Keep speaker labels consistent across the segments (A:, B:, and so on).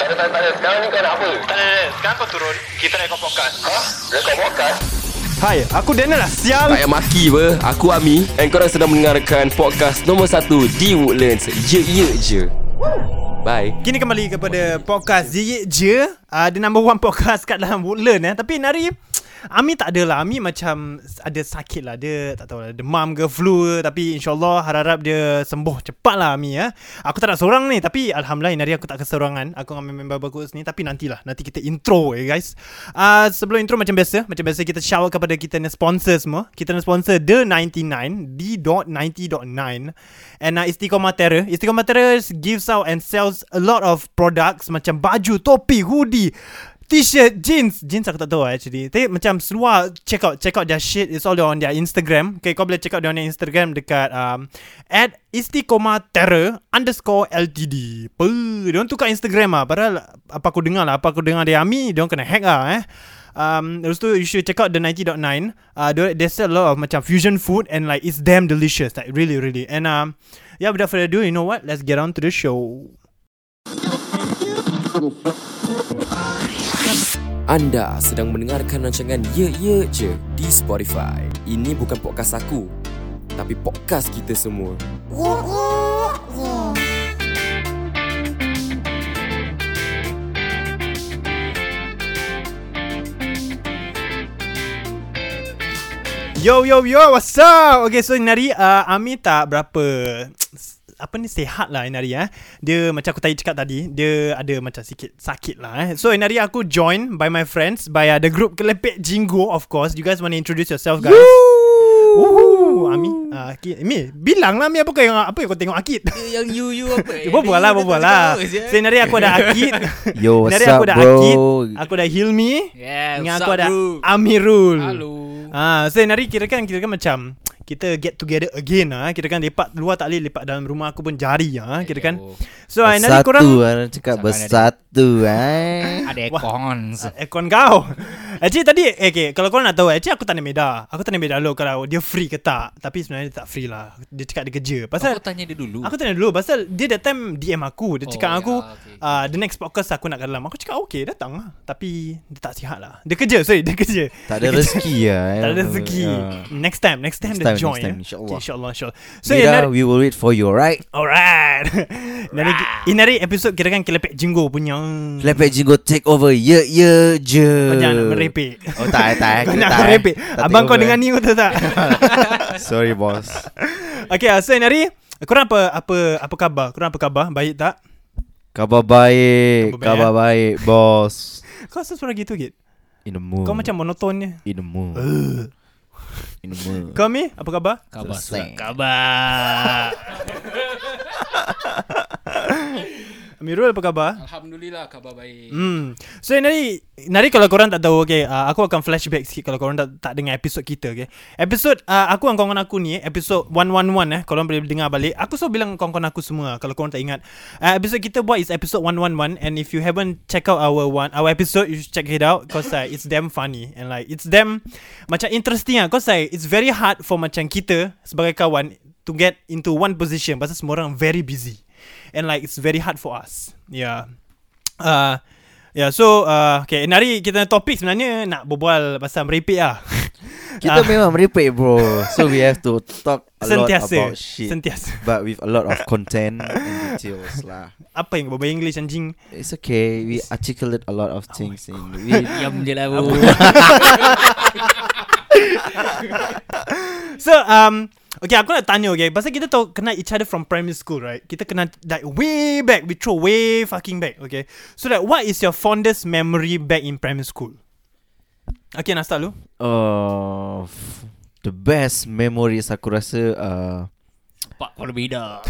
A: ada, tak ada, tak ada. Sekarang ni kau nak apa?
B: Tak ada, tak ada. Sekarang kau turun Kita nak ikut podcast
A: Ha? Rekod podcast?
C: Hai, aku Daniel lah
D: Tak
C: sial.
D: payah maki apa Aku Ami And korang sedang mendengarkan Podcast nombor 1 Di Woodlands Ye ye je Bye
C: Kini kembali kepada podcast Ye Ye Je. Uh, the number one podcast kat dalam Woodland eh. Tapi Nari Ami tak ada lah Ami macam ada sakit lah Dia tak tahu lah Demam ke flu ke Tapi insyaAllah harap-harap dia sembuh cepat lah Ami ya. Aku tak nak seorang ni Tapi Alhamdulillah Nari aku tak keserangan Aku dengan member bagus ni Tapi nantilah Nanti kita intro eh guys uh, Sebelum intro macam biasa Macam biasa kita shout out kepada kita ni sponsor semua Kita ni sponsor The99 D.90.9 And uh, Istiqomah Terra Istiqomah Terra gives out and sells a lot of products Macam baju, topi, hoodie T-shirt, jeans Jeans aku tak tahu lah actually Tapi macam seluar Check out Check out their shit It's all on their Instagram Okay kau boleh check out Dia punya Instagram Dekat um, At Istiqomah Terra Underscore LTD Puh Dia tukar Instagram lah Padahal Apa aku dengar lah Apa aku dengar dari Ami Dia kena hack lah eh Um, lepas tu you should check out the 90.9 uh, they, they sell a lot of macam fusion food And like it's damn delicious Like really really And um, yeah without further ado You know what Let's get on to the show
D: Anda sedang mendengarkan rancangan Ye ye je Di Spotify Ini bukan podcast aku Tapi podcast kita semua
C: Yo yo yo what's up Okay so Nari uh, Ami tak berapa Apa ni sehat lah Nari eh Dia macam aku tadi cakap tadi Dia ada macam sikit sakit lah eh So Nari aku join by my friends By uh, the group Kelepek Jingo of course You guys want to introduce yourself guys Woohoo Ami uh, Aki, Ami bilang lah Ami apa kau yang apa yang kau tengok Akid
E: yang you you apa eh?
C: Berbual lah berbual lah So Nari aku ada Akid
F: Yo, what's
C: Nari
F: up,
C: aku ada
F: bro?
C: Akid Aku ada Hilmi
E: Yeah,
C: Dengan
E: what's
C: aku
E: up,
C: ada
E: bro?
C: Amirul
E: Hello.
C: Ah, so hari kira kan kira kan macam kita get together again ah. Kira kan lepak luar tak boleh lepak dalam rumah aku pun jari ah. Kira kan. So hari
F: Bersatu, eh,
C: nanti korang
F: orang cakap bersatu, eh.
E: Ada aircon.
C: Aircon kau Actually tadi eh, okay, Kalau korang nak tahu Actually aku tanya Meda Aku tanya Meda dulu Kalau dia free ke tak Tapi sebenarnya dia tak free lah Dia cakap dia kerja Pasal
E: Aku tanya dia dulu.
C: Aku tanya dulu Pasal dia that time DM aku Dia
E: Oh,
C: cakap
E: ya,
C: aku
E: okay.
C: uh, The next podcast aku nak kat dalam Aku cakap okay datang lah Tapi Dia tak sihat lah Dia kerja sorry Dia kerja
F: Tak ada rezeki ya.
C: Tak ada rezeki Next time Next time dia
F: Next time, next
C: join
F: time,
C: eh.
F: insyaAllah.
C: okay, InsyaAllah insyaAllah So
F: So, Mira,
C: Inari
F: we will wait for you, alright?
C: Alright Inari, Inari episode kira kan Kelepek jenggo punya
F: Lepek Jingo take over. Ye, ye, je.
C: Kau jangan nak merepek
F: Oh, tak, eh, tak. eh,
C: Kau
F: tak,
C: nak
F: eh.
C: merepek
F: Tak
C: Abang
F: take
C: kau
F: over,
C: dengar
F: eh.
C: ni kau tahu tak
F: Sorry, boss.
C: Okay ah, so Inari Korang apa apa apa khabar? Korang apa khabar? Baik tak?
F: Khabar baik.
C: Khabar
F: Khabar baik, boss.
C: Kau asal suara gitu Git?
F: In the mood.
C: Kau macam Uh. monotonnya
F: In the mood. In the mood.
C: Kau Mi, apa khabar?
E: Khabar
F: Selesai.
C: Khabar Amirul apa khabar?
E: Alhamdulillah khabar baik.
C: Hmm. So Nari Nari kalau korang tak tahu okay, uh, aku akan flashback sikit kalau korang tak, tak dengar episod kita okay. Episod uh, aku dengan kawan aku ni episod 111 eh korang boleh dengar balik. Aku selalu bilang kawan-kawan aku semua kalau korang tak ingat. Uh, episod kita buat is episod 111 and if you haven't check out our one our episode you should check it out cause uh, it's damn funny and like it's damn macam interesting ah cause like it's very hard for macam kita sebagai kawan to get into one position pasal semua orang very busy. And like it's very hard for us. Yeah. Uh, Ya yeah, so uh, Okay Nari kita punya topik sebenarnya Nak berbual pasal merepek lah
F: Kita
C: Ah.
F: memang merepek, bro. So, we have to talk a lot
C: Sentiasa
F: about shit.
C: Sentiasa
F: But with a lot of content and details lah.
C: Apa yang berbual English anjing
F: It's okay. We articulate a lot of
C: Oh
F: things in we
E: Diam je lah bro.
C: So um Okay aku nak tanya okay Pasal kita tahu Kenal each other from primary school right Kita kenal Like way back We throw way fucking back Okay So like what is your fondest memory Back in primary school Okay nak start lu
F: uh, f- the best memories aku rasa uh,
E: Pak berbeda.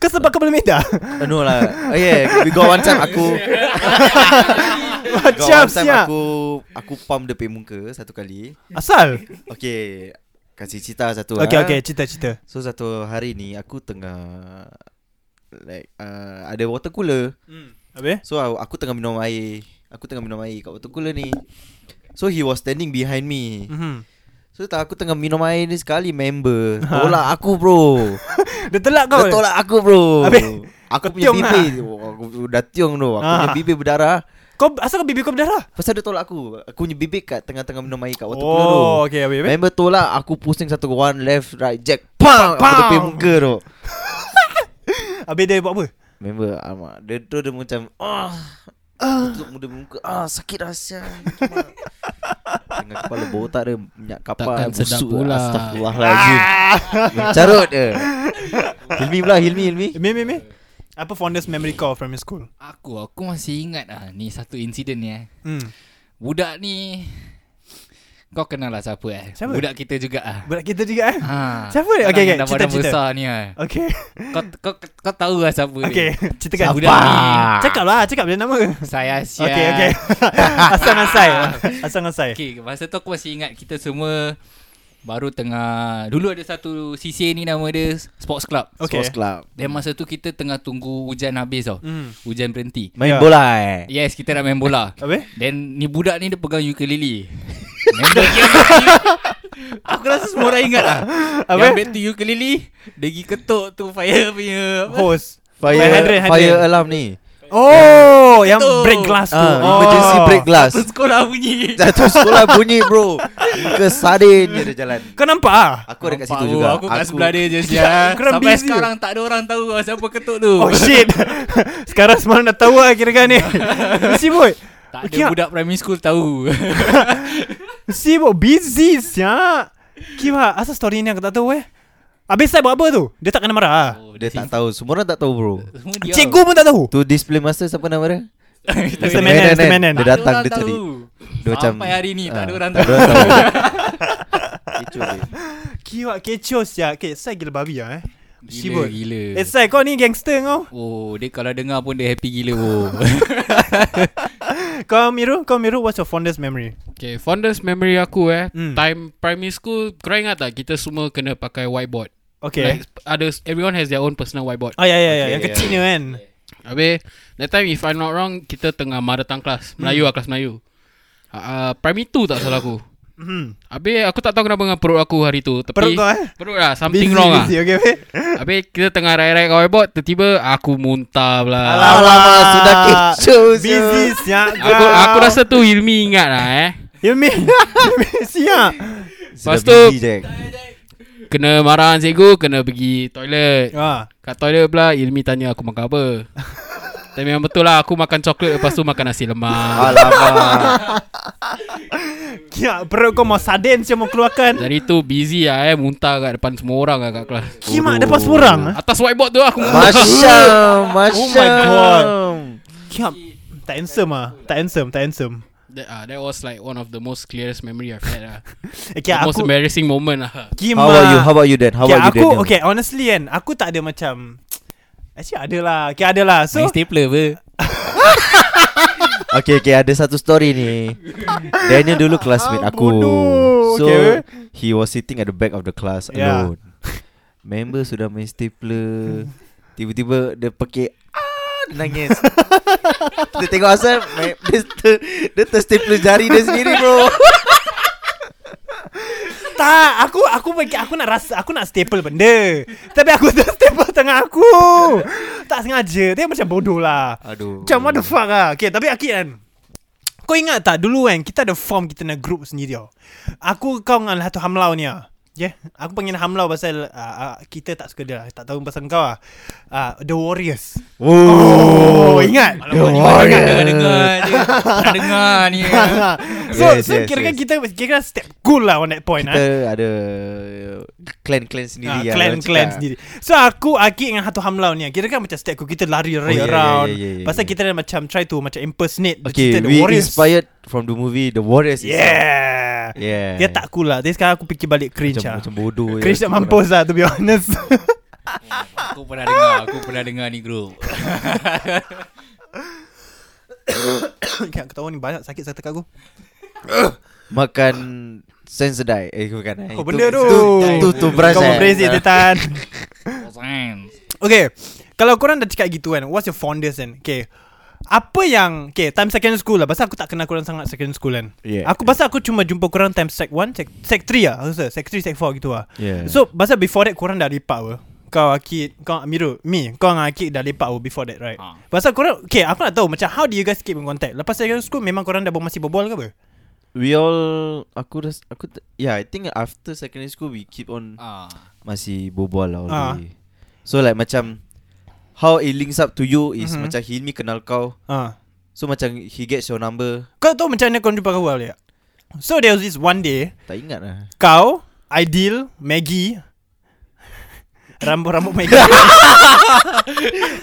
C: Kau sebab kau belum medah
F: uh, no lah. Oh yeah, we got one time aku got
C: Macam
F: one time
C: siap
F: aku aku pump depan muka satu kali.
C: Asal
F: Okay, kasih cerita satu.
C: Okay
F: ah.
C: okay cerita-cerita
F: So satu hari ni aku tengah like uh, ada water cooler.
C: Habis
F: So aku, aku tengah minum air. Aku tengah minum air kat water cooler ni. So he was standing behind me.
C: Mhm.
F: So tak aku tengah minum air ni sekali member tolak aku bro.
C: Dia telak kau eh?
F: Dia tolak aku bro
C: Habis?
F: Aku punya
C: tiung lah.
F: bibir oh, aku Dah tiung tu Aku punya
C: Ah.
F: bibir berdarah
C: Kau asal kau bibir kau berdarah?
F: Pasal dia tolak aku Aku punya bibir kat Tengah-tengah minum air kat water
C: Oh,
F: cooler tu
C: okay, habis,
E: Eh.
C: habis?
F: Member tolak Aku pusing satu One left right Jack Pang Aku tepi
C: Pang!
F: muka tu
C: Habis dia buat apa?
F: Member alamak Dia tu dia macam Ah Ah. Tutup muda muka Ah sakit rasa Dengan kepala botak dia Minyak
E: Takkan
F: kapal
E: sedap
F: busuk
E: pula.
F: Astagfirullahaladzim Mencarut dia Hilmi pula Hilmi Hilmi
C: Me me me. Apa fondest memory kau from your school?
E: Aku aku masih ingat ah ni satu insiden ni eh.
C: Hmm.
E: Budak ni kau kenal lah siapa eh?
C: Siapa?
E: Budak kita juga ah.
C: Budak kita juga eh.
E: Ha.
C: Siapa dia? Okay, okay.
E: Nama
C: Cerita,
E: nama
C: cerita.
E: besar ni ah.
C: Okay.
E: Kau kau kau tahu lah siapa ni.
C: Okay. Ceritakan.
E: Budak ni.
C: Cakap lah, cakap dia nama.
E: Saya Asia.
C: Okay, okay. Asal ngasai. Asal ngasai.
E: Okay, masa tu aku masih ingat kita semua baru tengah dulu ada satu CCA ni nama dia Sports Club.
C: Okay.
F: Sports Club
E: Dan masa tu kita tengah tunggu hujan habis tau.
C: Hmm.
E: Hujan berhenti.
F: Main
C: Ya.
F: bola eh
E: Yes, kita nak main bola.
C: Habis?
E: Then ni budak ni dia pegang ukulele. Member dia Aku rasa semua orang ingat lah
C: Apa?
E: Yang back to ukulele Dia pergi ketuk tu Fire punya apa?
C: Host.
F: Fire
C: Main hundred, hundred.
F: fire alarm ni
C: Oh, yang
E: Betul.
C: break glass tu.
F: Ah,
C: oh.
F: Emergency break glass
E: Tu sekolah bunyi
F: Jatuh sekolah bunyi bro Muka sarin je dia jalan
C: Kau nampak ah?
F: Aku ada kat situ
E: Nampak
F: juga
E: Aku kat sebelah dia je sia.
C: Kau orang
E: Sampai
C: busy.
E: sekarang tak ada orang tahu lah Siapa ketuk tu
C: Oh shit. Sekarang semua orang dah tahu lah kira-kira ni. Sibuk.
E: Tak ada
C: Kira-
E: budak primary school tahu
C: Sibuk busy sia. Kiba, asal story ni aku tak tahu eh. Habis saya buat apa tu? Dia tak kena marah ah.
F: Dia tak tahu Semua orang tak tahu bro
E: Semua dia
C: Cikgu pun tak tahu.
F: Tu display master siapa nama dia?
C: Mr. Menon,
F: Menon,
C: Mr. Menon.
F: Dia
E: Tak ada
F: datang
E: orang
F: dia cari
E: tahu.
F: Dia macam
E: Sampai hari ni tak
F: ah,
E: ada orang
F: Tak ada
E: tahu
F: orang tahu Kecoh dia
C: Kiwa lah, kecoh sia. Okay, saya gila babi ah eh.
E: Gila
C: Sibuk.
E: gila
C: Eh, saya kau ni gangster kau.
E: Oh dia kalau dengar pun dia happy gila oh.
C: Kau Miru, kau Miru what's your fondest memory?
G: Okay, fondest memory aku eh.
C: Hmm.
G: Time primary school, korang ingat tak kita semua kena pakai whiteboard?
C: Okay.
G: Like, ada, everyone has their own personal whiteboard.
C: oh ya ya ya, yang
F: Okay,
C: kecil ni kan.
G: Habis, that time if I'm not wrong, kita tengah mother tongue class.
C: Hmm.
G: Melayu lah, kelas Melayu. Uh, primary 2 tak salah aku.
C: Hmm.
G: Habis, aku tak tahu kenapa dengan perut aku hari tu. Tapi,
C: Perut kau eh?
G: Perut lah, something wrong lah.
C: busy, eh? okay, okay.
G: Habis, kita tengah raik-raik kat whiteboard, tiba-tiba aku muntah pula.
F: Alamak Sudah kecoh sia.
C: Busy sia.
G: Ah. Aku, aku rasa tu Hilmi ingat lah eh.
C: Yumi. Yumi sia.
F: Sudah
G: Lepas tu-
F: busy, Jack.
G: Kena marah dengan cikgu, kena pergi toilet.
C: Ah.
G: Kat toilet pula Ilmi tanya aku makan apa Tapi memang betul lah Aku makan coklat Lepas tu makan nasi lemak
F: Alamak
C: Kia perut kau mau saden sia mau keluarkan.
G: Dari tu busy lah eh Muntah kat depan semua orang lah kat kelas
C: Kimak depan semua orang. eh?
G: Atas whiteboard tu lah, aku muntah
F: Masya Masya
C: Oh my god. Kia tak handsome ah. Tak handsome, tak handsome.
G: that, ah, that was like one of the most clearest memory I've had lah
C: Eh, Kia
G: The most
C: aku
G: embarrassing moment lah
C: Kimak.
F: How are you? How about you Dan? How
C: Okay,
F: about
C: aku
F: you Daniel?
C: okay honestly kan aku tak ada macam actually ada lah okay ada lah so
E: Main stapler apa
F: Okay okay ada satu story ni Daniel dulu classmate
C: Ah,
F: aku
C: bodoh.
F: So
C: Okay.
F: He was sitting at the back of the class
C: Yeah.
F: alone Member sudah main stapler Tiba-tiba dia pakai ah, Dia nangis Kita tengok asal me- Dia, ter, dia terstapler jari dia sendiri bro
C: tak aku aku bagi aku nak rasa aku nak staple benda tapi aku tak staple tangan aku tak sengaja dia macam bodoh lah
F: Aduh
C: macam what the fuck lah okay tapi Akid kan kau ingat tak dulu kan kita ada form kita nak group sendiri tau aku kau dengan satu hamlau ni ah Yeah, aku panggil Hamlau pasal uh, uh, kita tak suka dia lah. Tak tahu pasal kau lah. Uh, The Warriors. Oh, ingat?
E: Dengar dengar je Tak dengar ni
C: so
F: Yes,
C: so
F: yes,
C: kira-kira
F: yes.
C: kita kira-kira step cool lah on that point
F: Kita
C: ah.
F: ada Clan-clan sendiri
C: Ah,
F: lah,
C: clan
F: orang
C: clan
F: cakap.
C: sendiri. So aku Aki dengan Hatu Hamlau ni kira kan macam step cool kita lari lari
F: yeah, yeah,
C: around.
F: yeah, yeah, yeah,
C: Pasal
F: yeah.
C: kita dah macam try to macam impersonate the cerita
F: ya, Okay
C: The
F: we
C: Warriors.
F: inspired From the movie The Warriors itself.
C: Yeah.
F: Yeah
C: Dia tak cool lah Tapi sekarang aku fikir balik cringe
F: macam,
C: lah
F: macam bodoh je.
C: Cringe nak mampus lah To be honest
E: Aku pernah dengar Aku pernah dengar ni group
C: Okay aku tahu ni banyak sakit saya tekak aku
F: Makan Sensedai Eh bukan eh.
C: Oh
F: Itu-
C: benda tu
F: Itu Itu tu beras
C: Kau
F: eh.
C: berberezik Titan
E: Bosan.
C: Okay Kalau korang dah cakap gitu kan What's your fondest kan Okay Apa yang Okay time secondary school lah Pasal aku tak kenal korang sangat secondary school kan
F: Yeah.
C: Aku pasal aku cuma jumpa korang time sec 1 Sec, sec 3 lah Aku rasa Sec 3, sec 4 gitu lah
F: Yeah.
C: So pasal before that korang dah lepak apa Kau Akid Kau Amirul Me Kau dengan Akid dah lepak oh, Before that right
E: Ha.
C: Pasal korang Okay aku nak tahu Macam how do you guys keep in contact Lepas secondary school Memang korang dah masih berbual ke apa
F: We all Aku ras, aku t- Yeah I think after secondary school We keep on
E: Ah.
F: Masih berbual lah all
C: Ah.
F: the way So like macam How it links up to you Is
C: Mhm.
F: macam Hilmi kenal kau
C: ha.
F: So macam He gets your number
C: Kau tahu macam mana korang jumpa kau awal tak So there was this one day
F: Tak ingat lah
C: Kau Ideal Maggie Rambut-rambut Maggie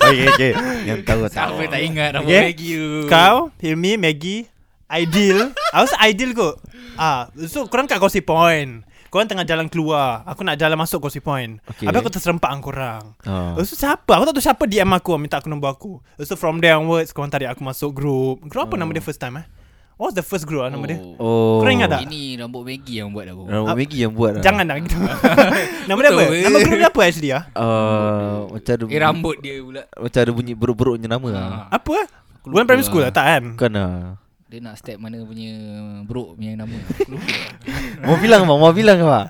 F: Okay okay Yang tahu tahu
E: Apa tak ingat Rambut
C: Okay.
E: Maggi tu
C: Kau Hilmi Maggie Ideal Aku rasa ideal kot ah, So korang kat Causeway Point Korang tengah jalan keluar Aku nak jalan masuk Causeway Point okay.
F: Okay.
C: Habis aku terserempak dengan korang
F: Ah.
C: Lepas tu siapa Aku tak tahu siapa DM aku Minta aku nombor aku Lepas tu from there onwards Korang tarik aku masuk group Group apa nama dia first time eh What was the first group lah nama dia
F: Oh
C: Korang ingat tak?
E: Ini rambut Maggi yang buat aku
F: Rambut Maggie yang buat lah
C: Jangan lah gitu Nama dia apa?
E: Betul ke?
C: Nama group dia apa actually ah?
F: uh, Macam ada
E: Eh rambut dia pula
F: Macam ada bunyi beruk-beruknya nama lah
C: Apa eh? Bukan primary school lah tak kan?
F: Bukan lah
E: Dia nak step mana punya Bro punya nama
F: Mau bilang apa? Mau bilang apa?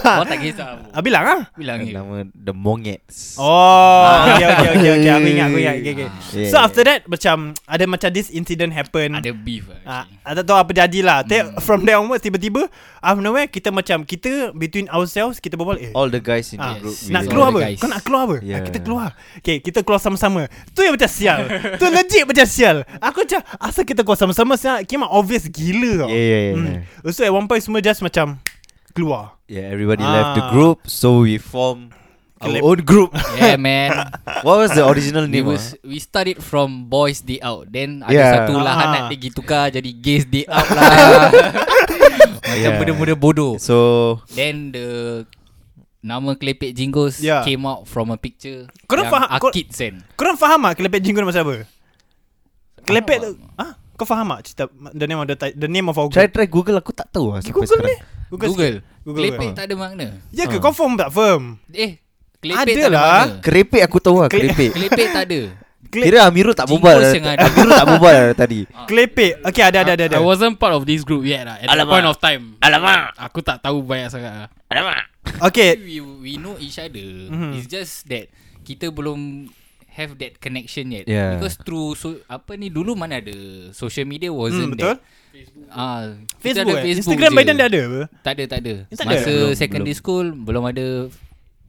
E: Kau tak kisah bro.
C: Ah, bilang ah.
E: Bilang je
F: Nama The Mongets
C: Oh, okay, okay, okay, okay. Aku ingat, aku ingat. Okay, okay.
F: Yeah.
C: So after that macam ada macam this incident happen.
E: Ada beef lah
C: Ah,
E: actually.
C: tak tahu apa jadi lah. Hmm. From there onwards tiba-tiba out of nowhere kita macam kita between ourselves kita berbual eh.
F: All the guys in
C: Ah,
F: the group
C: Nak
E: yes. Really.
C: keluar
E: All
C: apa?
E: the guys.
C: Kau nak keluar apa? Yeah.
F: Yeah.
C: Kita keluar. Okay, kita keluar sama-sama. Tu yang macam sial. tu legit macam sial. Aku macam asal kita keluar sama-sama sial. Kira obvious gila tau.
F: Yeah, yeah, yeah.
C: Hmm. So at one point semua just macam keluar.
F: Yeah everybody
C: Ah.
F: left the group So we form Our
C: Clap.
F: own group
E: Yeah man
F: What was the original
E: We
F: name?
E: was
F: Was...
E: we started from boys day out. Then ada
F: Yeah.
E: satu
C: Ah.
E: lahanan dia gitu tukar jadi gays day out lah. Macam
F: Yeah.
E: benda-benda bodoh.
F: So
E: Then the nama kelepek jingos
C: Yeah.
E: came out from a picture
C: Kau dah
E: yang
C: faham- kau-
E: Akid send.
C: Korang faham tak kelepek jinggu ni pasal apa? Kelepek
E: Faham
C: tu ah, kau faham tak cerita the name of the ti- the name of our
F: try
C: group?
F: try Google aku tak tahu lah sampai
C: Google
F: sekarang.
C: ni.
E: Google. Google.
C: Google.
E: Kelepek
C: Ah.
E: tak ada makna.
C: Ya ke
F: Ah.
C: confirm tak firm?
E: Eh, kelepek tak ada
C: Adalah.
E: makna.
F: Kerepek aku tahu lah
C: Kle-
F: kerepek.
E: Kelepek tak ada.
F: Kira Amirul tak
E: Jingles
F: berbual. dah-
E: yang ada.
F: Amirul tak berbual dah tadi.
E: Ah.
C: Kelepek. Okay, ada ada ada ada.
G: I wasn't part of this group yet lah At Alamak. the point of time Alamak Aku tak tahu banyak sangat lah
C: Okay.
E: We we know each
C: Mhm.
E: other. Mm-hmm. It's just that kita belum have that connection yet.
F: Yeah.
E: Because through so apa ni dulu mana ada social media
C: Hmm,
E: wasn't
C: betul.
E: that. Ah, kita
C: Facebook,
E: ada
C: eh?
E: Facebook
C: Instagram
E: je.
C: Biden dah ada apa?
E: Tak ada, tak ada.
C: Eh, tak ada?
E: Masa
F: Belum,
E: secondary
F: belum.
E: school belum ada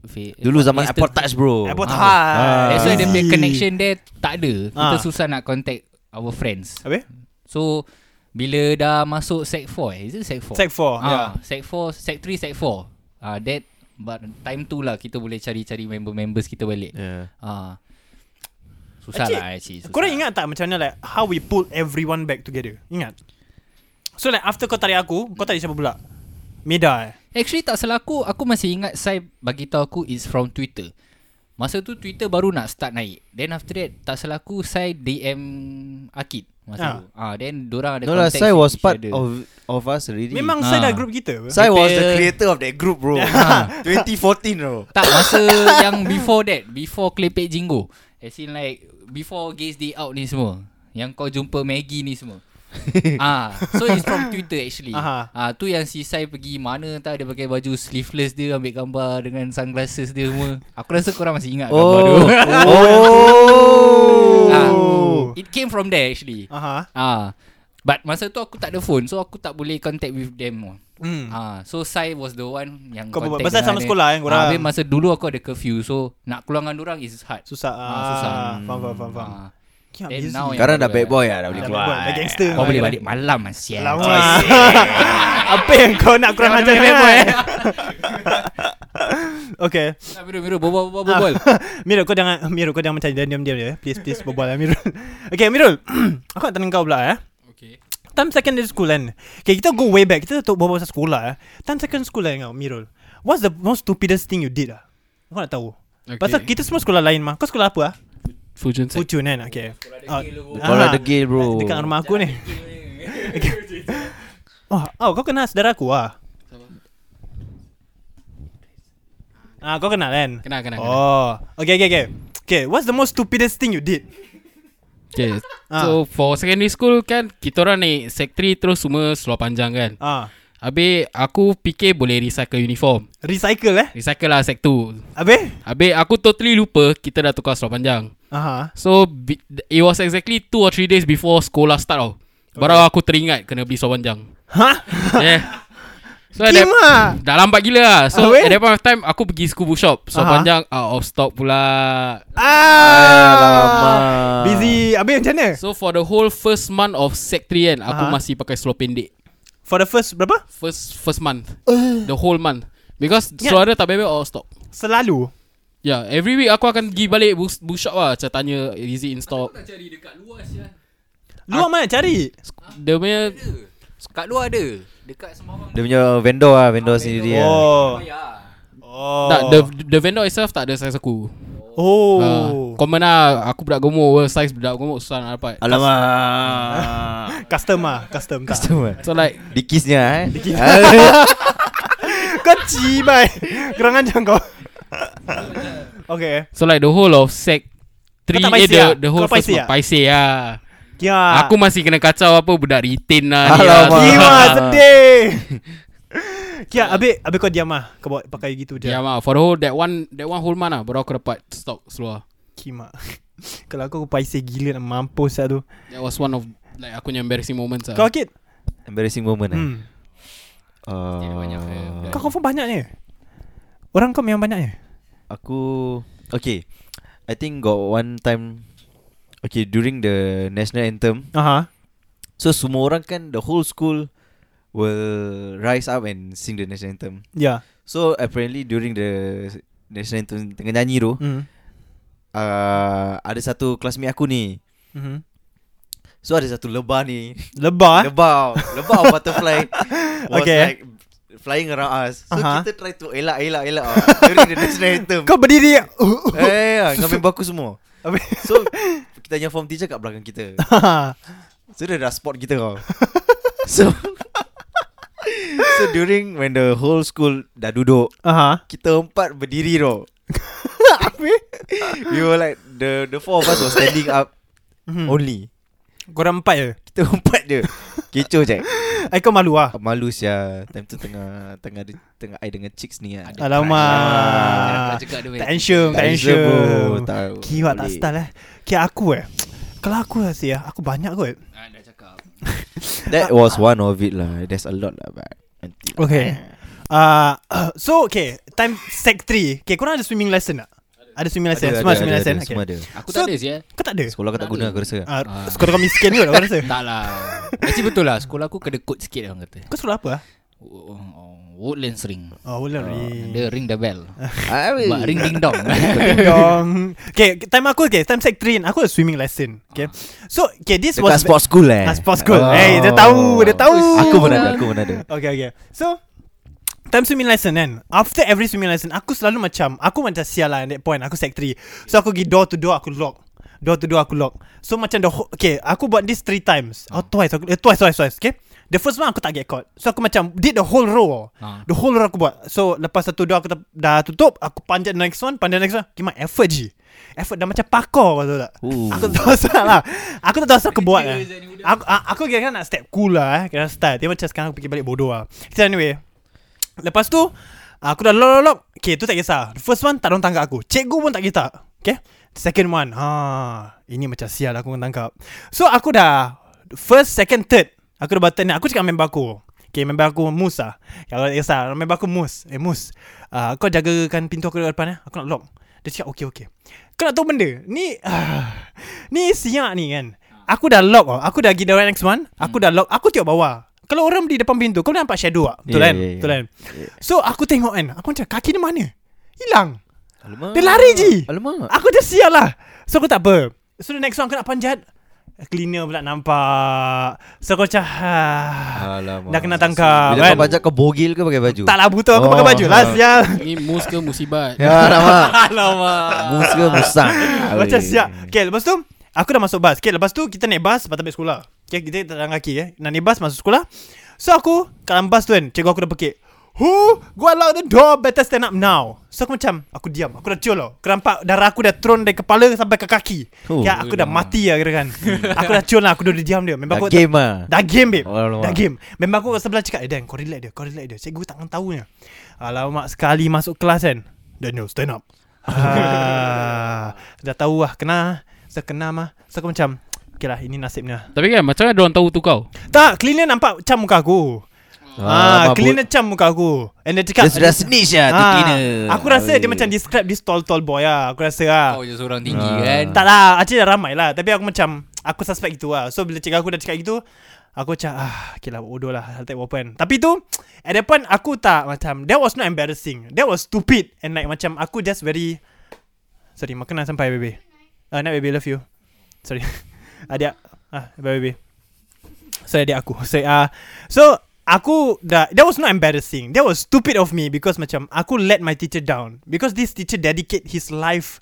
E: fa-
F: Dulu zaman
E: Insta-
F: Apple Touch bro.
C: Apple
E: Ah.
C: Touch.
E: That's why the punya connection there tak ada. Kita
C: Ah.
E: susah nak contact our friends.
C: Habis?
E: So bila dah masuk sec 4 eh, is it sec 4?
C: Sec 4,
E: Ah,
C: yeah.
E: sec 4, sec 3, sec 4. Ah, that but time tu lah kita boleh cari-cari member-members kita balik.
F: Yeah.
E: Ah. Susah
C: Actually,
E: lah actually. Susah.
C: Korang ingat tak macam mana like how we pull everyone back together? Ingat? So like after kau tarik aku, kau tarik siapa pula? Meda eh.
E: Actually tak salah aku, aku masih ingat Sai bagi tahu aku is from Twitter. Masa tu Twitter baru nak start naik. Then after that tak salah aku Sai DM Akid masa
C: Ah.
E: tu. Ah then dorang ada
F: No lah,
E: contact
F: Sai
E: with
F: was
E: each
F: part
E: other.
F: of of us already.
C: Memang saya
E: Ah.
C: dah group kita apa?
F: Sai was
E: Kita-
F: the creator of that group bro.
C: Ah.
F: 2014 bro.
E: tak masa yang before that, before Klepek Jinggo. As in like before Gays Day Out ni semua. Yang kau jumpa Maggie ni semua. ah, so it's from Twitter actually.
C: Aha.
E: Ah, tu yang si Sai pergi mana tak dia pakai baju sleeveless dia ambil gambar dengan sunglasses dia semua. Aku rasa korang masih ingat gambar tu.
F: Oh.
E: Ah,
F: Oh.
E: it came from there actually.
C: Aha.
E: Ah. But masa tu aku tak ada phone so aku tak boleh contact with them.
C: Hmm.
E: Ah, so Sai was the one yang
C: Kau
E: contact.
C: berbual. Pasal
E: dengan
C: sama
E: dia.
C: sekolah kan korang?
E: Ah, habis masa dulu aku ada curfew so nak keluar dengan orang is hard.
C: Susah. Ah,
E: Ah, susah.
C: Faham, faham, faham, faham.
E: Ah,
C: Kiam
E: then
C: busy.
E: now yang
F: Sekarang dah
E: kedua.
F: bad boy lah dah boleh
C: Dah bad
F: keluar.
C: boy, dah gangster.
E: Kau boleh balik malam ah, asyik.
C: Lama. Oh, Apa yang kau nak kurang ajar ni? Okay.
E: Miru miru bobol bobol bobol.
C: Ah. Mirul kau jangan Mirul kau jangan macam diam-diam dia. Please please berbual lah Mirul. Okay Mirul. aku nak tanya kau pula eh.
G: Okay
C: Time secondary school kan Okay kita go way back Kita tak berbual pasal sekolah eh. Time secondary school kan kau Mirul What's the most stupidest thing you did lah Aku nak tahu okay.
G: Okay.
C: Pasal kita semua sekolah lain mah Kau sekolah apa lah
G: Fusion Sec
C: Pucun kan Okay Ah,
F: Sekolah
C: ah,
F: degil, bro.
C: Dekat rumah aku ni Okay. Oh, oh kau kenal saudara aku lah Ah, kau kenal kan?
G: Kenal, kenal,
C: Oh, okay, okay, okay. Okay, what's the most stupidest thing you did?
G: Okay
C: Ah.
G: So for secondary school kan Kita orang naik sec 3 Terus semua seluar panjang kan
C: Ah,
G: Habis aku fikir boleh recycle uniform.
C: Recycle eh
G: Recycle lah sec 2.
C: Habis Ah, ha?
G: Habis aku totally lupa kita dah tukar seluar panjang.
C: Aha.
G: So bi- it was exactly 2 or 3 days before sekolah start tau. Baru aku teringat kena beli seluar panjang.
C: Ha?
G: yeah. So
C: Kim lah.
G: Dah lambat gila lah So
C: Habis?
G: at that point of time Aku pergi skubu shop So
C: Aha.
G: uh-huh. panjang out of stock pula
C: Ah. Busy. Habis macam mana?
G: So for the whole first month of sec 3 kan Aku
C: Aha.
G: masih pakai seluar pendek
C: For the first berapa?
G: First first month
C: Eh.
G: The whole month Because seluar dia tak bebek out of stock
C: Selalu.
G: Yeah every week aku akan pergi balik Book, book shop lah Macam tanya Is it in stock Ah.
C: Luar mana cari?
G: Dia punya
E: Kat luar ada Dekat Semawang
F: Dia punya vendor lah Vendor sendiri lah
C: Ah, Oh.
E: Ya
C: Oh.
G: oh. tak, the, the vendor itself tak ada size aku
C: Oh.
G: oh. uh, Common lah Aku budak gomor Size budak gomor Susah nak dapat
F: Alamak
C: custom ah, custom tak. Custom.
F: Cuma
G: So like
F: Dikisnya eh Dikis.
C: Kau cibai. Kurang ajar kau. okay.
G: So like the whole of sec 3
C: tak
G: eh,
C: paiseh
G: the,
C: ah?
G: the whole
C: Kau
G: first
C: paiseh ah?
G: month Paiseh lah
C: Ya.
G: Aku masih kena kacau apa Budak retain lah ni
F: Alamak.
G: lah
C: Ima
F: Ah.
C: sedih. Kia, habis habis kau diam ah. Kau buat pakai gitu je.
G: Ya mak For the whole That one That one whole month lah Baru aku dapat stock seluar
C: Kima. Kalau aku aku paiseh gila nak mampus lah tu.
G: That was one of Like aku punya embarrassing moments lah
C: Kau kid.
F: Embarrassing moment eh
C: Hmm.
F: uh,
C: Kau confirm banyak ni. Orang kau memang banyak ni.
F: Aku Okay I think got one time Okay during the national anthem
C: Aha.
F: So semua orang kan The whole school Will rise up and sing the national anthem
C: Ya.
F: So apparently during the National anthem tengah nyanyi tu
C: Hmm.
F: uh, Ada satu classmate aku ni
C: Mhm.
F: So ada satu lebah ni
C: Lebah. eh?
F: Lebah Lebah or butterfly Was
C: Okay.
F: like Flying around us
C: Aha.
F: So uh-huh. kita try to elak elak elak ah, During the national anthem
C: Kau berdiri.
F: Eh ah, Dengan member aku semua
C: Habis.
F: So Kita punya form teacher kat belakang kita So dia dah spot kita kau So So during When the whole school Dah duduk
C: Aha.
F: Kita empat berdiri tau We were like The the four of us was standing up
C: Hmm.
F: Only
C: Korang empat je
F: Kita empat je Kecoh je
C: Eh kau malu lah
F: Malu sia Time tu tengah Tengah ada- tengah I dengan chicks ni ah.
C: Alamak
E: Cakap dia
C: Tak handsome Tak
F: Tak handsome,
C: handsome
F: bro. Tak-
C: Kiwat tak
F: boleh.
C: style eh Kira aku eh Kalau aku lah sih Aku banyak kot
E: Ah, dah cakap
F: That was one of it lah There's a lot lah but Nanti lah.
C: Okay uh, Eh. So okay Time sec 3 Okay korang ada swimming lesson tak? Ada swimming lesson
F: Ada,
C: Semua
F: ada,
C: swimming
F: ada,
C: lesson
F: ada, Semua
C: Okay.
F: ada
E: Aku
C: So-
E: tak ada sih eh.
C: Kau tak ada?
F: Sekolah kau tak guna aku rasa
C: Ah, Sekolah kau miskin kot Kau rasa?
E: Tak lah Actually betul lah Sekolah aku kena kod sikit orang kata
C: Kau sekolah apa lah?
E: Oh, oh, Woodlands ring Ah,
C: Oh boleh
E: Dia ring the bell
F: Awi.
E: Mak ring ding dong
C: Dong. Okay, time aku okay, time sec 3 aku ada swimming lesson.
E: Ah.
C: Okay. So, okay, this
F: Dekat
C: was
F: sports school eh
C: Ah, sports school. Eh, dia tahu, dia tahu.
F: Aku pun ada Aku pun ada
C: Okay okay So Time swimming lesson kan After every swimming lesson Aku selalu macam Aku macam sial lah At that point Aku sec 3 So aku pergi door to door Aku lock Door to door aku lock So macam the whole, Okay aku buat this three times Or twice aku, eh, Twice twice twice Okay The first one aku tak get caught So aku macam Did the whole row
E: Ah.
C: The whole row aku buat So lepas satu door aku dah, dah tutup Aku panjat the next one Panjat the next one Kima effort je Effort dah macam parkour Kau tahu tak
F: Ooh.
C: Aku tak tahu asal lah Aku tak tahu asal aku buat lah Aku, a- aku kira nak step cool lah eh Kira style Dia macam sekarang aku fikir balik bodoh lah So anyway Lepas tu Aku dah lolok lolok Okay tu tak kisah The first one tak ada orang tangkap aku Cikgu pun tak kisah Okay Second one ha, Ini macam sial aku kena tangkap So aku dah First, second, third Aku dah button Aku cakap dengan member aku Okay member aku Mus lah Kalau tak kisah Member aku Mus Eh Mus uh, Kau jagakan pintu aku dekat depan eh Aku nak lock Dia cakap okay okay Kau nak tahu benda Ni uh, Ni siap ni kan Aku dah lock oh. Aku dah pergi direct next one Aku dah lock Aku tengok bawah Kalau orang di depan pintu Kau boleh nampak shadow tak? Betul
F: Yeah,
C: kan?
F: yeah, yeah.
C: Betul kan? So aku tengok kan Aku macam kaki dia mana Hilang
F: Alamak.
C: Dia lari je
F: Ah, Alamak
C: Aku dah sial lah So aku tak apa So the next one aku nak panjat Cleaner pula nampak So aku macam "Ah,
F: Alamak
C: Dah kena tangkap
F: Bila
C: kan
F: kau panjat kau bogil ke pakai baju?
C: Tak lah butuh aku
F: Oh.
C: pakai baju lah sial
G: Ni mus ke musibat
F: Ya alamak
E: Alamak
F: Mus ke musang
C: Macam siap Okay lepas tu Aku dah masuk bas Okay lepas tu kita naik bas Lepas tu balik sekolah Okay kita tak jalan kaki eh Nak naik bas masuk sekolah So aku Kat dalam bas tu kan Cikgu aku dah pekik Who go out the door Better stand up now So aku macam Aku diam Aku dah ciul tau Aku nampak darah aku dah turun Dari kepala sampai ke kaki oh,
F: Oh.
C: Ya aku dah mati lah kira kan Aku dah ciul lah Aku dah diam dia Memang aku
F: Dah game lah
C: Dah game babe
F: Alamak.
C: Dah game Memang aku kat sebelah cakap Eh Dan kau relax dia Kau relax dia Cikgu takkan tahunya Alamak sekali masuk kelas kan Dan yo stand up ah, Dah tahu lah Kena Saya kena mah lah. So aku macam Okay lah ini nasibnya
G: Tapi kan macam mana diorang tahu tu kau
C: Tak cleaner nampak macam muka aku Ah,
F: mabuk.
C: cleaner macam muka aku And dia cakap
F: Dia sudah snitch lah tu
C: Ah,
F: cleaner
C: Aku rasa dia macam describe this tall tall boy lah Aku rasa lah
E: Kau je seorang tinggi kan
C: Tak lah Actually dah ramai lah Tapi aku macam Aku suspect gitu lah So bila cikgu aku dah cakap gitu Aku macam ah, Okay lah bodoh lah I'll take apa kan Tapi tu At that point aku tak macam That was not embarrassing That was stupid And like macam Aku just very Sorry makanan sampai baby uh, Not baby love you Sorry Adik ah, Bye baby Sorry adik aku Sorry ah, So Aku dah That was not embarrassing That was stupid of me Because macam Aku let my teacher down Because this teacher dedicate his life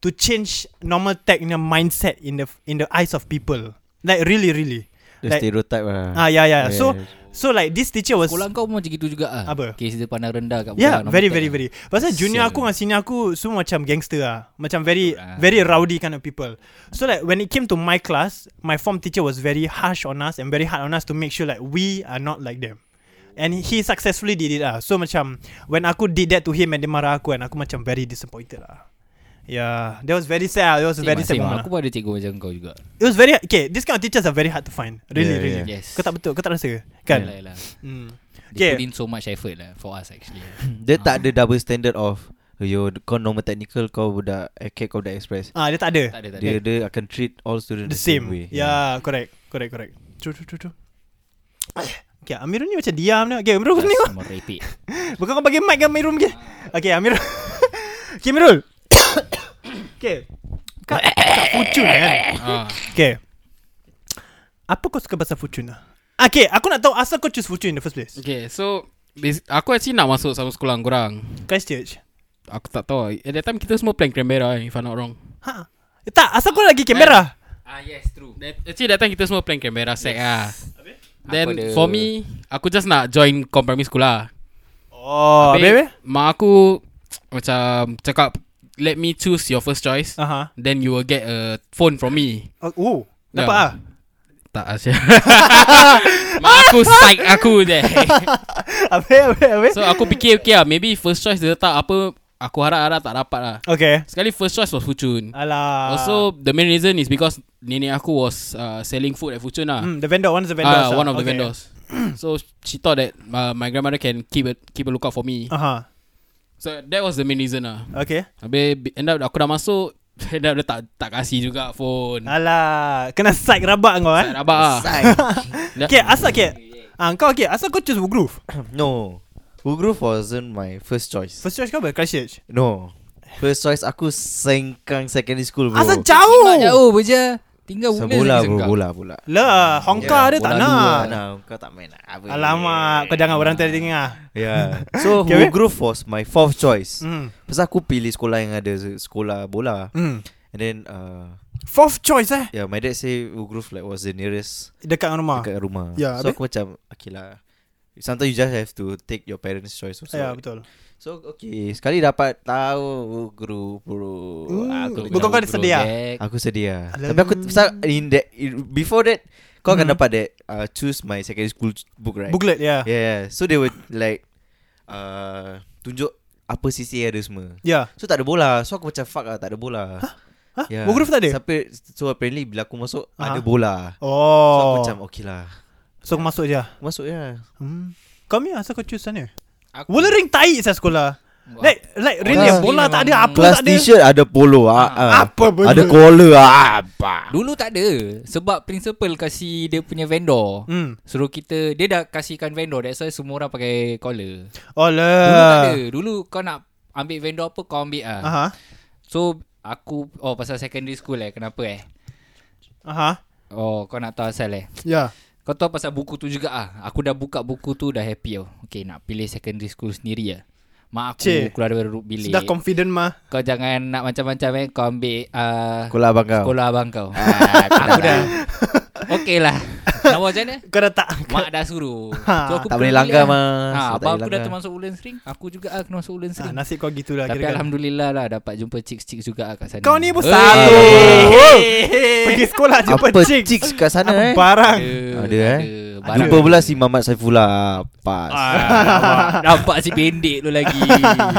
C: to change normal tech punya mindset in the in the eyes of people. Like really really.
F: The
C: like-
F: stereotype lah
C: Ah yeah yeah.
F: Yeah,
C: So
F: yeah.
C: so like this teacher was
E: Sekolah kau pun macam gitu juga ah.
C: Apa?
E: Kes dia pandang rendah kat
C: Yeah, Ya,
E: budak
C: very
E: nombor
C: very very.
E: ten.
C: Pasal junior
E: Sial.
C: aku dengan senior aku semua macam gangster lah. Macam very
E: Betul lah.
C: very rowdy kind of people. So like when it came to my class, my form teacher was very harsh on us and very hard on us to make sure like we are not like them. And he successfully did it lah. So macam when aku did that to him and dia marah aku and aku macam very disappointed lah. Yeah, that was very sad. That was a
E: Same
C: very
E: lah,
C: sad
E: same
C: moment.
E: lah. Aku pun ada cikgu macam kau juga.
C: It was very okay. This kind of teachers are very hard to find. Really,
F: Yeah,
C: really.
F: yeah.
E: Yes.
C: Kau tak betul, kau tak rasa kan?
E: Yalah, yalah.
C: Hmm.
E: They
C: Okay.
E: put in so much effort lah for us actually.
F: Dia tak ada double standard of Yo, kau normal technical Kau budak ACAD Kau budak express
C: Ah, dia tak ada.
E: tak ada, tak ada.
F: Dia dia akan treat all students
C: The same. Ya,
F: way
C: Yeah, correct, correct, correct. True, true, true, true. Okay, Amirul ni macam diam ni. Okay, Amirul kau ni.
E: Sama repeat.
C: Bukan kau bagi mic ke Amirul mungkin. Okay, Amirul. okay, Amirul. okay. Kau tak fucun kan?
G: ah.
C: Okay. Apa kau suka pasal fucun lah? Okay, aku nak tahu asal kau choose fucun in the first place.
G: Okay so bas- Aku actually nak masuk sama sekolah korang
C: Christchurch.
G: Aku tak tahu At that time kita semua plan Canberra eh, If I'm not wrong
C: Ha. Eh, Tak, asal kau lagi kamera?
E: Ah yes, true.
G: That, Actually that time kita semua plan Canberra sec lah
E: Aku
G: Then
E: ada-
G: for me Aku just nak join Kom primary school lah
C: Oh, baby.
G: Mak aku Macam Cakap Let me choose your first choice
C: Aha. Uh-huh.
G: Then you will get a phone from me
C: Oh, oh
G: Ya.
C: dapat ah.
G: Tak asyik Mak aku psych aku je
C: Habis, habis, habis.
G: So aku fikir-fikir lah Maybe first choice dia letak apa Aku harap-harap tak dapat lah
C: okay.
G: Sekali first choice was Fuchun
C: Alah.
G: Also the main reason is because Nenek aku was uh, selling food at Fuchun lah
C: hmm, the vendor, one of the vendors.
G: Ah,
C: ah.
G: One of the
C: Okay.
G: vendors So she thought that uh, My grandmother can keep a, keep a lookout for me
C: Aha.
G: So that was the main reason lah
C: Okay.
G: Habis bi- end up aku dah masuk End up dia tak, tak kasih juga phone
C: Ah, Alah, kena side rabak kau eh.
G: Tak rabak lah
C: Okay, asal okay. Ah, kau okay. Asal kau choose Woodgrove?
F: No Woodgrove wasn't my first choice
C: First choice kau apa? Christchurch.
F: No First choice aku Sengkang secondary school bro
C: Asal
E: Oh.
C: jauh.
E: jauh pun je. Tinggal
F: Sa-
E: Woodlands
F: Bola
E: lagi
F: bro
E: sengkang.
F: Bola bola
C: Lah, Hongka
F: Yeah,
C: dia tak
F: Ya, bola dua,
C: nak.
F: nah, Kau tak main lah apa.
C: Alamak, kau jangan orang tadi dengar.
F: Yeah. So
C: Okay,
F: Woodgrove was my fourth choice
C: Hmm.
F: Pasal aku pilih sekolah yang ada se- Sekolah bola
C: Hmm.
F: And then uh,
C: Fourth choice eh
F: Yeah my dad say Woodgrove like was the nearest
C: Dekat dengan rumah
F: Dekat rumah
C: Ya, habis?
F: So aku macam Okay lah Sometimes you just have to Take your parents choice also
C: Ya betul
F: So okay Sekali dapat tahu uh, Guru bro Aku
C: Bukan
F: macam-
C: kau sedih ah?
F: Aku sedih lah
C: Alam.
F: Tapi aku Pasal in that in- Before that Kau
C: Hmm.
F: akan dapat that uh, Choose my secondary school book right
C: Booklet ya
F: Yeah So they were like uh, Tunjuk Apa CCA ada semua
C: Ya
F: So tak ada bola So aku macam fuck lah Tak ada bola
C: Hah?
F: Ya.
C: Woodgrove tak ada?
F: Sampai, So apparently Bila aku masuk
C: Aha.
F: Ada bola So aku
C: Oh
F: macam okay lah
C: So kau masuk je
F: Aku Masuk je lah
C: Hmm. Kau ni asal kau choose sana?
E: Aku-
C: Wullering tahi saya sekolah.
E: Wah.
C: Like like really
F: Orang
C: bola
E: ni
C: tak
E: memang-
C: ada apa
F: Kelas
C: Hmm. tak ada.
F: t-shirt ada polo ah, ah.
C: Apa benda?
F: Ada collar ah, Apa
E: Dulu tak ada sebab principal kasi dia punya vendor.
C: Hmm.
E: Suruh kita dia dah kasihkan vendor that's why semua orang pakai collar.
C: Oh
E: Dulu tak ada.
C: lah.
E: Dulu kau nak ambil vendor apa kau ambil ah.
C: Aha.
E: So aku oh pasal secondary school eh kenapa eh?
C: Aha.
E: Oh kau nak tahu asal eh.
C: Ya.
E: Kau tahu pasal buku tu juga ah. Aku dah buka buku tu dah happy oh. Okay nak pilih secondary school sendiri ah. Mak aku
C: Cik,
E: keluar dari bilik.
C: Sudah confident mah.
E: kau jangan nak macam-macam eh kau ambil uh,
F: lah Sekolah abang kau
E: sekolah abang kau.
F: ah,
E: aku dah. Okey lah. Nama macam mana?
C: Kau dah tak
E: Mak dah suruh
C: Ha,
E: so, aku
F: tak
E: pergi
F: boleh
E: lah.
F: langgar, Mas.
E: ha, Abang
F: Tak boleh
E: aku dah
F: langgar. Ah,
E: termasuk Ulen Sering Aku juga lah kena masuk Ulen
C: ha,
E: Sering
C: Nasib kau gitulah
E: Tapi
C: kira-kira.
E: Alhamdulillah lah Dapat jumpa cik-cik juga lah kat sana
C: Kau ni pun
E: Hey.
C: satu oh. Pergi sekolah jumpa
F: Apa
C: cik
F: chicks kat sana
C: Apa
F: eh
C: barang
F: Ada eh
E: barang.
F: Jumpa pula si Mamat Saifullah Pas
E: Ah, Nampak si pendek tu lagi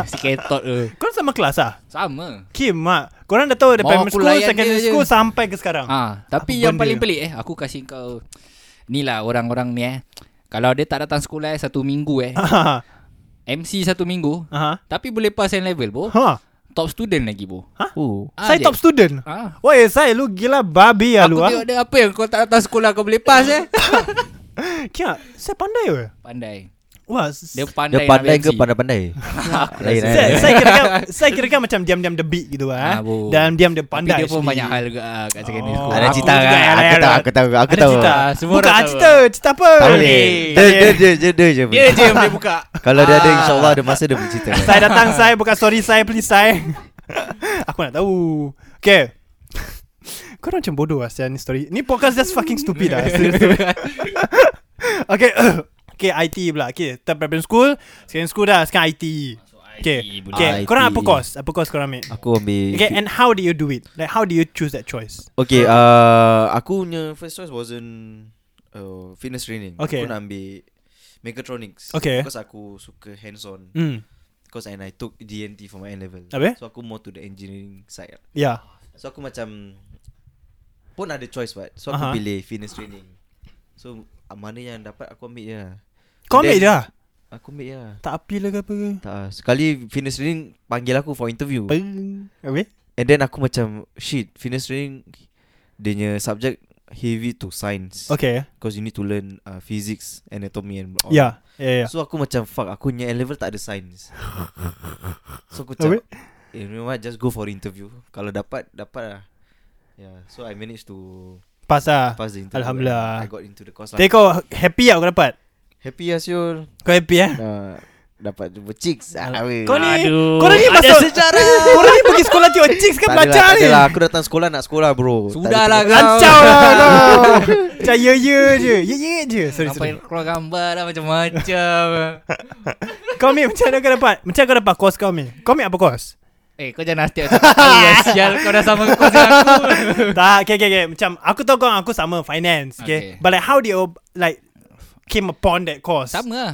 E: Si ketot tu
C: Kau sama kelas ah?
E: Sama
C: Kim mak Korang dah tahu dari
E: Mau
C: primary
E: aku
C: school
E: layan
C: Secondary
E: dia je.
C: school sampai ke sekarang
E: Ah, Tapi
C: Apa
E: yang
C: benda?
E: paling pelik eh Aku kasih kau Ni lah orang-orang ni eh Kalau dia tak datang sekolah eh, Satu minggu eh
C: Ha
E: MC satu minggu
C: Ha
E: Tapi boleh pass N level bo
C: Ha
E: Top student lagi bo
F: Oh
E: Ah,
C: Saya
E: dia.
C: top student
E: Ah.
C: Wah eh, saya lu gila babi ya lu
E: Aku
C: ah.
E: tengok dia apa yang kau tak datang sekolah kau boleh pass eh
C: Kia saya pandai ke
E: Pandai
C: Wah s-
E: Dia pandai
F: Dia pandai
E: nak
F: ke
E: MC.
F: pandai-pandai
E: Aku
F: Lain
E: rasa
F: eh.
C: saya, saya kira kan- saya kira macam diam-diam debit gitu ah.
E: Ah, bo.
C: Dan diam dia
E: Tapi
C: pandai.
E: dia pun
C: actually.
E: banyak hal juga ah, kat secondary
C: Oh.
E: school
F: Ada
C: Aku
F: cerita
C: juga,
F: kan
C: ada,
F: Aku
C: ada.
F: tahu Aku tahu Aku
C: Ada
F: tahu
C: cerita.
E: Ah, semua
C: Bukan
E: orang tahu.
C: cerita, cerita apa?
F: Tak boleh Dia dia dia dia dia je
E: Dia je yang boleh buka
F: Kalau dia ada insyaAllah ada masa dia bercerita
C: Saya datang saya bukan sorry saya please saya. Aku nak tahu. Okay. Kau orang macam bodoh lah Sian ni story Ni podcast just fucking stupid lah Serius tu. Okay Okay IT pula Okay Third primary school Second school dah Sekarang IT Okay,
E: budak.
C: okay.
F: IT.
C: Korang apa course? Apa course korang ambil?
F: Aku ambil
C: Okay and how did you do it? Like how did you choose that choice?
F: Okay uh, Aku punya first choice wasn't uh, Fitness training
C: Okay.
F: Aku nak ambil Mechatronics
C: Okay.
F: Because aku suka hands on
C: Hmm
F: Because and I took GNT for my N-level
C: Habis?
F: So aku more to the engineering side lah.
C: Yeah
F: So aku macam Pun ada choice what So aku
C: Aha.
F: pilih fitness training So ah, mana yang dapat aku ambil je lah.
C: Kau
F: Then-
C: ambil je lah
F: Aku ambil je lah.
C: Tak api lah ke apa ke
F: Tak ah, Sekali fitness training panggil aku for interview
C: Peng Habis?
F: And then aku macam Shit fitness training Dia punya subject Heavy to science
C: Okay Ya.
F: Because you need to learn uh, physics, anatomy and all.
C: Yeah Yeah yeah
F: So aku macam fuck aku punya level tak ada science. so aku macam
C: Habis?
F: eh, you know what just go for interview. Kalau dapat dapat lah. Yeah, so I managed to
C: Pas lah
F: Ah, pass the interview.
C: Alhamdulillah.
F: and I got into the course lah.
C: Tapi kau happy lah kau dapat?
F: Happy lah Syul.
C: Kau happy eh?
F: Uh, dapat jumpa chicks. Ah,
C: Kau
F: weh.
C: ni
G: Aduh,
C: Kau ni
G: ada
C: pasal sejarah Kau ni pergi sekolah tengok chicks kan
F: Tak ada
C: belajar
F: lah, tak
C: ni
F: ada lah. Aku datang sekolah nak sekolah bro. Tak ada
E: Sudahlah
F: tempat-
E: kau
C: Kacau lah no. Macam ye ye je Ye ye je Sorry
E: Sampai
C: sorry
E: keluar gambar lah macam-macam
C: Kau ambil macam mana kau dapat Macam kau dapat course kau ambil Kau ambil apa course
E: Eh kau jangan hati aku Ya sial kau dah sama kau dengan aku
C: Tak okay, okay, okay Macam aku tahu kau dengan Aku sama finance okay?
E: Okay.
C: But like how do you Like Came upon that course
E: Sama lah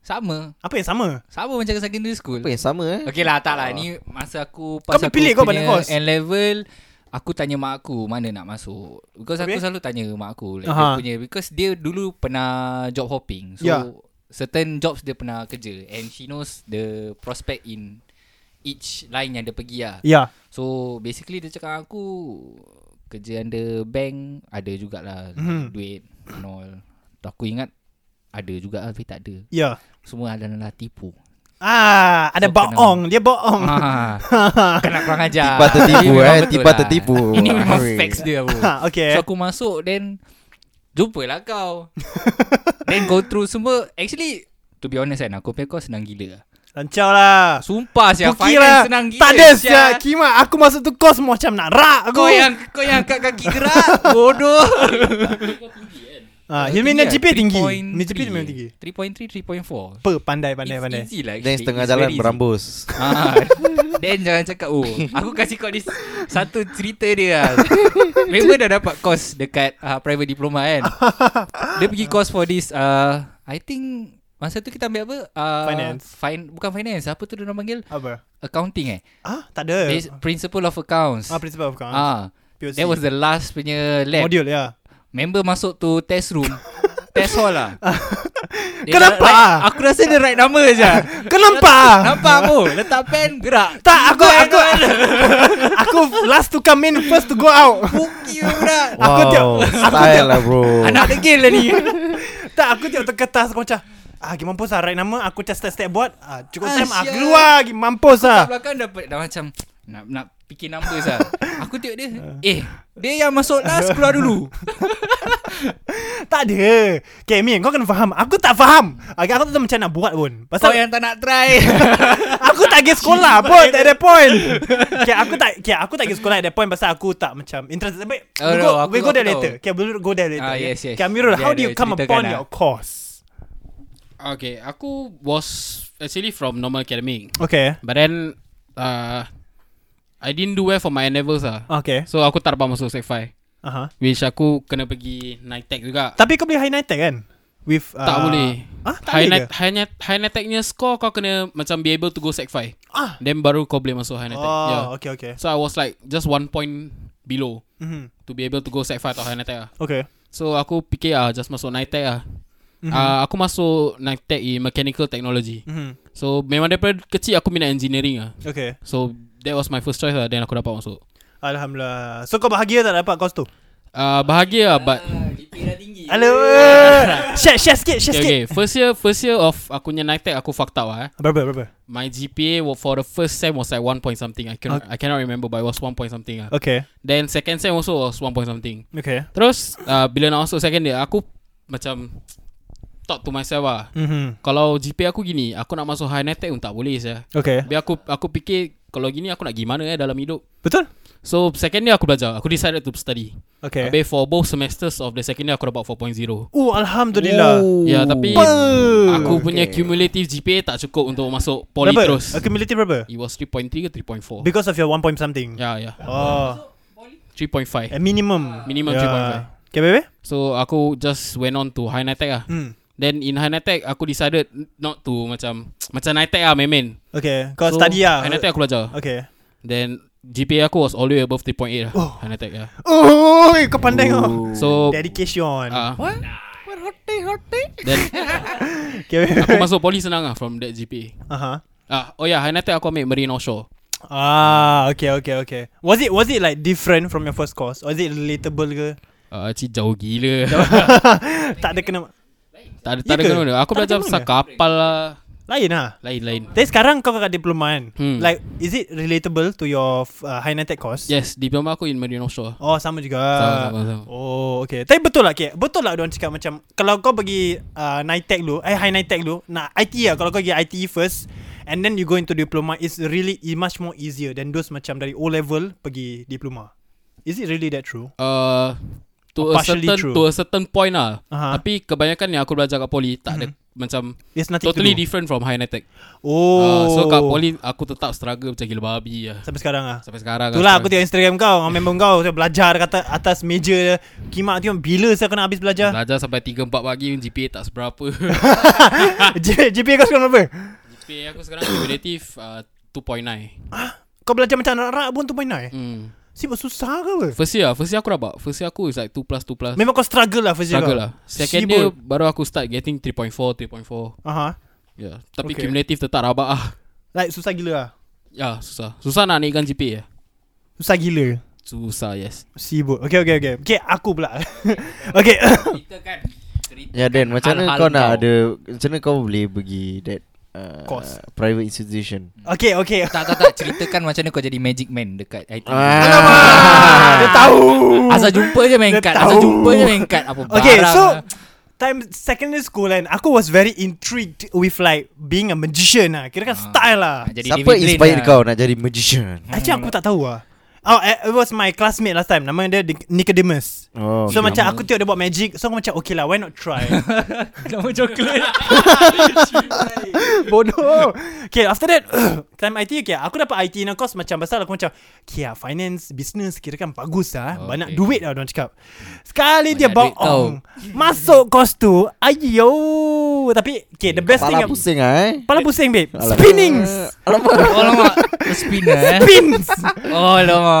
E: Sama
C: Apa yang sama
E: Sama macam secondary school
F: Apa yang sama eh?
E: Okay lah tak lah Ni masa aku
C: Kau
E: Pas aku
C: pilih kau
E: punya
C: pada course?
E: N-level Aku tanya mak aku Mana nak masuk Because
C: Habis?
E: aku selalu tanya mak aku like,
C: Aha.
E: Dia punya Because dia dulu pernah Job hopping So
C: Ya.
E: yeah. Certain jobs dia pernah kerja And she knows The prospect in Each line yang dia pergi lah
C: Ya
E: So basically dia cakap dengan aku Kerja under bank Ada jugalah
C: Mhm.
E: mm-hmm. Duit and all Tu Aku ingat Ada juga lah Tapi tak ada
C: Ya
E: Semua adalah tipu
C: Ah, ada
E: So,
C: bohong. Dia bohong.
E: ah, Kena kurang ajar Ini memang betul
F: Tiba tertipu eh. Tiba
E: lah.
F: tertipu.
E: Ini memang
F: Weh.
E: facts dia bro.
C: Ha, okay.
E: Ah. So aku masuk Then Jumpalah kau Then go through semua Actually To be honest kan Aku punya kau senang gila
C: Lancar lah.
E: Sumpah siapa
C: Puki
E: Finance
C: lah
E: senang gila
C: Tak ada
E: sial.
C: sial Kima aku masuk tu kos macam nak rak aku
E: Kau yang Kau yang angkat kaki gerak Bodoh
C: ah, Hilmi ni GPA tinggi Ni GPA memang tinggi
E: 3.3 3.4
C: Apa pandai pandai pandai
E: It's easy lah
F: Then
E: actually.
F: setengah
E: It's
F: jalan
E: very easy.
F: berambus.
E: Ah, Then jangan cakap Oh aku kasih kau ni s- Satu cerita dia lah Member dah dapat course Dekat uh, private diploma kan Dia pergi course for this uh, I think Masa tu kita ambil apa uh,
C: Finance.
E: fin- Bukan finance Apa tu dia orang panggil
C: Apa?
E: Accounting eh
C: Ah, tak ada.
E: Bas- Principle of accounts
C: Ah, principal of account. Ah,
E: Ah, That was the last punya lab
C: module ya.
E: Member masuk tu test room Test hall lah Dia
C: Kenapa?
E: write- Aku rasa dia write nama je
C: Kenapa?
E: Nampak aku Letak pen gerak
C: tak aku aku aku last to come in first to go out.
E: Buki pula
F: Oh.
C: Aku tiap-
F: Wow, style lah bro.
E: Anak degil lah ni
C: tak aku tengok tu kertas aku macam ah pergi mampus lah write nama aku just step step buat ah cukup
E: Ah,
C: time ah
E: sial.
C: keluar pergi mampus ah.
E: Kat belakang dah, dah macam Nak nak fikir numbers lah Aku tengok dia Eh Dia yang masuk last keluar dulu
C: Tak Tak ada Okay Min kau kena faham Aku tak faham okay, Aku tak tahu macam nak buat pun Pasal
E: Kau yang tak nak try
C: Aku tak pergi sekolah pun At that point Okay aku tak okay, Aku tak pergi sekolah at that point Pasal aku tak macam Interested Baik
E: Oh,
C: we
E: no,
C: go,
E: aku-
C: we go
E: aku
C: there
E: tahu.
C: later Okay we'll go there later
E: Ah,
C: okay?
E: yes, yes.
C: Okay Amirul
E: Dia
C: How do
E: ada
C: you come
E: ceritakan
C: upon
E: lah.
C: your course
G: Okay, aku was actually from normal academic.
C: Okay
G: But then uh, I didn't do well for my A levels lah.
C: Okay
G: So aku tak dapat masuk Sec 5
C: uh-huh.
G: Which aku kena pergi NITEC E juga
C: Tapi kau boleh high NITEC kan With uh,
G: Tak boleh
C: Ah, tak
G: High,
C: boleh
G: nat,
C: ke?
G: high, nat, high NITECnya score kau kena Macam be able to go Sec 5
C: Ah.
G: Then baru kau boleh masuk High NITEC
C: Oh
G: yeah.
C: okay okay
G: So I was like Just one point below
C: mm-hmm.
G: To be able to go Sec 5 atau High NITEC lah
C: Okay
G: So aku fikir ah Just masuk NITEC lah
C: Mhm.
G: mm-hmm. uh, Aku masuk NITEC in Mechanical Technology
C: mm-hmm.
G: So memang daripada kecil Aku minat engineering lah
C: Okay
G: So that was my first choice lah Then aku dapat masuk
C: Alhamdulillah So kau bahagia tak dapat course tu
G: uh, Bahagia lah but
E: Ah,
C: Hello Share share sikit Share
G: Okay,
C: sikit
G: okay. First year First year of Aku punya NITEC Aku fucked up lah eh.
C: Berapa berapa
G: My GPA wa- for the first sem was like one point something. I cannot I cannot remember, but it was one point something. Ah.
C: Okay
G: Then second sem also was one point something.
C: Okay
G: Terus uh, bila nak masuk second year, aku macam thought to myself ah,
C: mm-hmm.
G: kalau GPA aku gini, aku nak masuk high NITEC pun tak boleh saya.
C: Okay
G: Biar aku aku fikir kalau gini aku nak gimana eh dalam hidup.
C: Betul
G: So second year aku belajar. Aku decided to study.
C: Okay
G: Habis for both semesters of the second year aku dapat 4.0.
C: Oh Alhamdulillah
G: Ya, tapi
C: Apa?
G: aku punya cumulative GPA tak cukup untuk masuk poly
C: berapa?
G: terus.
C: Accumulative berapa?
G: It was 3.3 ke 3.4.
C: Because of your 1 point something
G: Ya ya
C: Oh
G: 3.5
C: At minimum
G: Minimum
C: 3.5 Okay baby
G: So aku just went on to high NITEC lah
C: hmm.
G: Then in high NITEC Aku decided Not to macam Macam NITEC lah main-main
C: Okay Kau study lah
G: High NITEC aku belajar
C: Okay
G: Then GPA aku was always above 3.8 lah
C: Oh.
G: High NITEC lah
C: Oh kau pandai kau
G: So
C: Dedication
G: ah,
C: Okay baby
G: Aku masuk poly senang lah From that GPA
C: uh-huh.
G: ah, Oh ya yeah, high NITEC aku ambil Marine Offshore
C: Ah okay okay okay Was it was it like different from your first course Or is it relatable ke
G: Ah, Cik jauh gila
C: Tak ada kena
G: Tak ada,
C: Ya
G: tak ada
C: ke?
G: kena Aku
C: Tak ada
G: belajar
C: kena
G: pasal
C: mana?
G: kapal lah
C: Lain lah
G: Lain-lain
C: Tapi sekarang kau kat diploma kan
G: Hmm.
C: Like is it relatable to your uh, high NITEC course
G: Yes Diploma aku in Marine Offshore
C: Oh sama juga
G: Sama, sama, sama.
C: Oh okay Tapi betul lah okay. Betul lah diorang cakap macam Kalau kau pergi uh, NITEC dulu Eh high NITEC dulu Nah IT lah Kalau kau pergi ITE first And then you go into diploma It's really it's much more easier Than those macam dari O level Pergi diploma Is it really that true?
G: uh,
C: Or
G: to a
C: partially
G: certain
C: true.
G: to a certain point lah.
C: Aha.
G: Uh-huh. Tapi kebanyakan yang aku belajar kat poly tak mm-hmm. ada macam
C: It's nothing
G: totally
C: to do
G: different from high NITEC.
C: Oh
G: Uh, so kat poly aku tetap struggle macam gila babi lah.
C: Sampai sekarang lah
G: Sampai sekarang
C: Itulah aku
G: struggle.
C: tengok Instagram kau Dengan member kau macam Belajar dekat atas- atas meja dia. Kimak tengok Bila saya kena habis belajar
G: Belajar sampai 3 4 pagi GPA tak seberapa.
C: G- GPA kau sekarang berapa?
G: GPA aku sekarang cumulative uh, 2.9.
C: Kau belajar macam anak-anak pun tu main naik
G: Hmm.
C: eh? Sibuk susah ke apa?
G: First year, lah, first year aku dapat. First year aku is like 2 plus 2 plus.
C: Memang kau struggle lah first year
G: struggle
C: kau.
G: lah. Second
C: Sibuk.
G: year baru aku start getting 3.4, 3.4.
C: Aha.
G: Yeah. Tapi
C: Okay.
G: okay. cumulative tetap rabak ah.
C: Like susah gila lah.
G: Ya, susah. Susah nak naikkan GPA. Ya.
C: Susah gila.
G: Susah, yes.
C: Sibuk. Okay, okay, okay. Okay, aku pula. okay.
F: Ya Dan macam mana
E: Hal-hal
F: kau nak
E: kau.
F: ada Macam mana kau boleh pergi That uh,
C: Course.
F: Private institution
C: okay, okay.
E: Tak tak tak Ceritakan macam mana kau jadi magic man Dekat IT
F: Ah.
C: Ah, dia tahu.
E: Asal jumpa je main
C: Dia
E: kad Asal
C: tahu.
E: jumpa je main kad Apa barang
C: Okay, so
E: lah.
C: time secondary school kan, aku was very intrigued with like being a magician lah. Kira kan style lah.
E: Nak jadi
F: Siapa
E: David Blaine
F: inspire
E: lah.
F: kau nak jadi magician
C: Actually aku tak tahu lah. Oh, eh, it was my classmate last time. Nama dia Nic- Nicodemus.
F: Oh,
C: So macam aku tengok dia buat magic So aku macam okay lah why not try
E: Nama coklat
C: Bodoh Okay after that Time IT okay, Aku dapat IT in a course Macam pasal aku macam Okay lah finance Business kira kan bagus lah okay. Banyak duit lah Diorang cakap Sekali dia
E: Oh, Banyak duit
C: bohong Masuk course tu Ayo Tapi Okay the best
F: Kepala
C: thing
F: pusing lah eh
C: Kepala pusing babe
F: Alamak.
C: Spinnings
E: Oh lama Spinner eh
C: Pins
E: Oh lama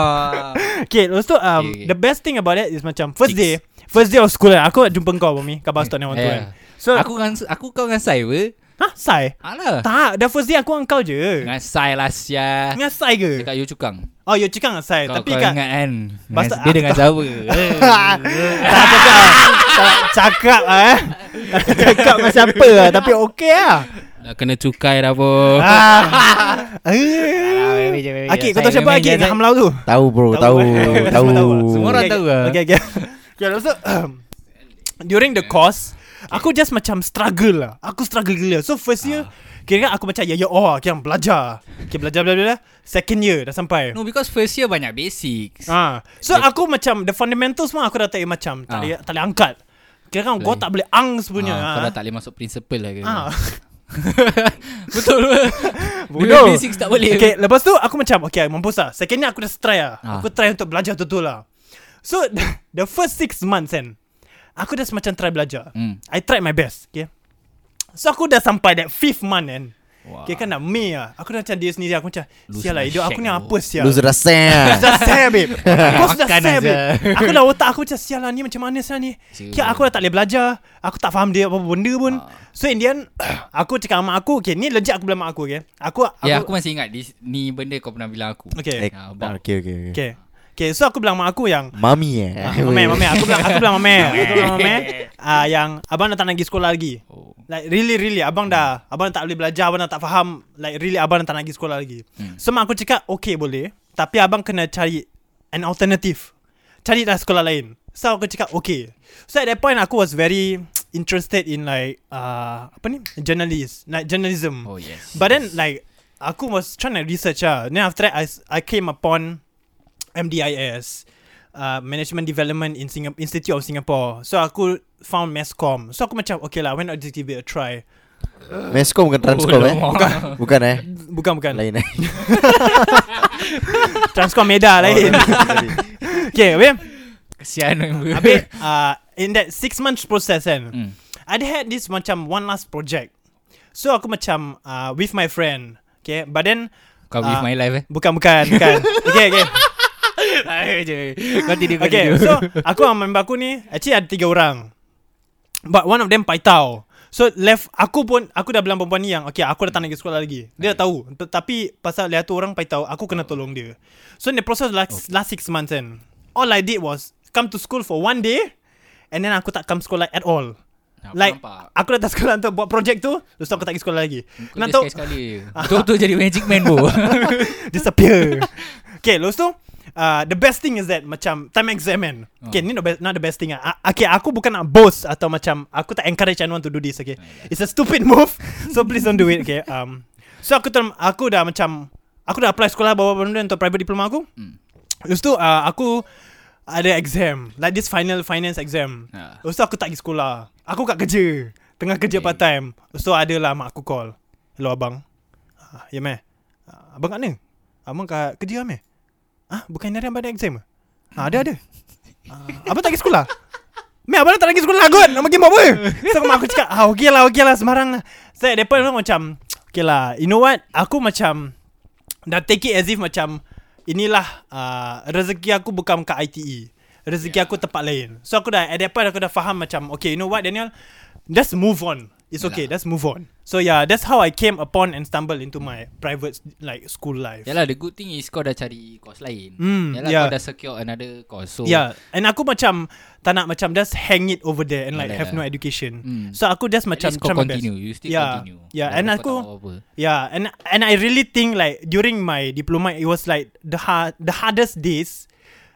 C: Okay lepas tu um,
E: Okay, okay.
C: The best thing about it Is macam First day First day of school kan Aku jumpa kau Bami Kau bahas tu ni orang tu kan
E: Yeah.
C: So
E: Aku dengan Aku kau dengan Sai apa
C: Ha Sai
E: Alah
C: Tak Dah first day aku dengan kau je
E: Dengan Sai lah Sia
C: Dengan Sai ke
E: Dekat Yio Cukang
C: Oh you cakap dengan Sai
E: kau,
C: Tapi
E: kau
C: kat
E: ingat kan
C: Basta-
E: Dia dengan Eh. Jawa
C: tak cakap Tak cakap eh Tak cakap dengan siapa lah Tapi okey lah
G: Dah kena cukai dah pun.
C: ah. Eh. Akid kau tahu siapa Akid Yang hamlau tu
F: Tahu bro
C: Tahu,
F: Tahu
C: eh.
F: Tahu
C: Semua tahu.
E: Semua orang
C: Okay,
E: tahu
C: okay,
E: lah
C: Okay okay Okay lepas tu During the course Aku just macam struggle lah Aku struggle gila So first year Kira kan aku macam Ya ya oh Kira belajar Okay belajar belajar belajar Second year dah sampai
E: No because first year banyak basics
C: Ah, so aku macam the fundamentals semua aku dah tak macam tak
E: Ah.
C: boleh tak boleh angkat. Kira kan kau
E: Boleh.
C: tak boleh ang sebenarnya.
E: Ah, Kau
C: ah.
E: dah tak boleh masuk principal lah kira.
C: Ah.
E: Betul ke?
C: Bodoh.
E: Dua basics tak boleh
C: Okay, lepas tu aku macam okay mampus lah. Second year aku dah try lah.
E: Ah.
C: Aku try untuk belajar betul lah. So the first six months kan. Aku dah macam try belajar.
E: Hmm.
C: I tried my best, okay. So aku dah sampai that fifth month kan. Okay kan dah Mei lah Aku dah macam dia sendiri Aku macam
E: Lose
C: Sial lah
E: my
C: hidup aku
E: shag
C: ni
E: lah,
C: apa sial
F: Lose rasa
C: Kau sudah sad babe Kau sudah
E: Makan
C: sad
E: aja.
C: babe
F: Eh,
C: Aku dah otak aku macam Sial lah ni macam mana sial ni
E: Sial. Ah.
C: Kira aku dah tak boleh belajar Aku tak faham dia apa-apa benda pun So in the end Aku cakap sama aku Okay ni legit aku bilang mak aku okay Aku
E: Ya aku masih ingat this, Ni benda kau pernah bilang aku
C: Okay
E: Ah,
F: Okay okay okay
C: Okay Okay so aku bilang mak aku yang
F: Mami eh
C: Ah, Mame, mame. Aku bilang, aku bilang mame. Aku bilang mame. Ah, yang abang dah tak nak pergi sekolah lagi.
E: Oh.
C: Like really, really. Abang dah, abang dah tak boleh belajar. Abang dah tak faham. Like really, abang dah tak nak pergi sekolah lagi. So mak aku cakap, okay boleh. Tapi abang kena cari an alternative. Cari dah sekolah lain. So aku cakap, okay. So at that point, aku was very interested in like, uh, apa ni? Journalist. Like journalism.
E: Oh yes
C: But then like aku was trying to research ah. Then after that I s- I came upon MDIS, uh, Management Development in Singapore Institute of Singapore. So aku found Masscom. So aku macam okay lah, why not just give it a try?
F: Mescom
E: Oh,
F: bukan Transcom eh
E: Bukan
F: Bukan eh
C: Bukan bukan. Like,
F: Lain eh
C: Transcom Meda
F: Oh,
C: lain. okay, weh.
E: Kesian member
C: Habis uh, in that six months process kan.
E: Hmm.
C: I had this macam one last project. So aku macam uh, with my friend. Okay, but then
E: Kau with
C: Ah.
E: my life eh
C: bukan bukan bukan. okay, okay.
E: Kau tidur kau
C: Okay
E: tidur
C: so Aku dengan member aku ni Actually ada tiga orang But one of them paitao So left Aku pun Aku dah bilang perempuan ni yang Okay aku dah tak nak pergi sekolah lagi Dia dah tahu Tetapi Pasal dia tu orang paitao Aku kena tolong dia So in the process last,
E: Oh.
C: last six months kan All I did was Come to school for one day And then aku tak come sekolah at all
E: Nah, aku
C: Like
E: nampak.
C: Aku datang sekolah untuk buat projek tu Lepas tu aku tak pergi sekolah lagi
E: Kau dia sekali-sekali je.
C: Ah.
E: Betul-betul jadi magic man bro
C: Disappear Okay lepas tu uh, The best thing is that Macam time exam kan Okay ni not, be- not the best thing ah. Uh, okay aku bukan nak boast Atau macam Aku tak encourage anyone to do this okay It's a stupid move So please don't do it okay um, So aku ter- aku dah macam Aku dah apply sekolah bawa benda untuk private diploma aku Lepas tu uh, aku Ada exam Like this final finance exam
E: Ah.
C: Lepas tu aku tak pergi sekolah Aku kat kerja Tengah kerja part time Lepas tu adalah mak aku call Hello abang ah, Ya meh Ah, Abang kat mana? Abang kat kerja meh Ah, bukan hari abang ada exam ke? Ah, ada ada ah, Abang tak pergi sekolah? Meh abang tak lagi sekolah lah, kot Nak pergi buat apa So mak aku cakap Ah okey lah okey lah Semarang lah So at that point aku macam Okay lah You know what Aku macam Dah take it as if macam Inilah uh, Rezeki aku bukan kat ITE Rezeki yeah. aku tempat lain So aku dah At that point aku dah faham macam Okay you know what Daniel Just move on It's okay Just move on So yeah That's how I came upon And stumbled into my Private like school life
E: Yalah the good thing is Kau dah cari course lain
C: Hmm, Ya,
E: Yalah
C: yeah.
E: kau dah secure another course So
C: Yeah And aku macam Tak nak macam Just hang it over there And like
E: Yalah.
C: have no education
E: Mm.
C: So aku just
E: At
C: macam
E: least kau
C: try my best.
E: continue You still
C: Yeah.
E: continue
C: Yeah,
E: Walaupun
C: and
E: kau
C: aku-
E: tak buat apa-apa.
C: Yeah, and and I really think like during my diploma, it was like the hard the hardest days,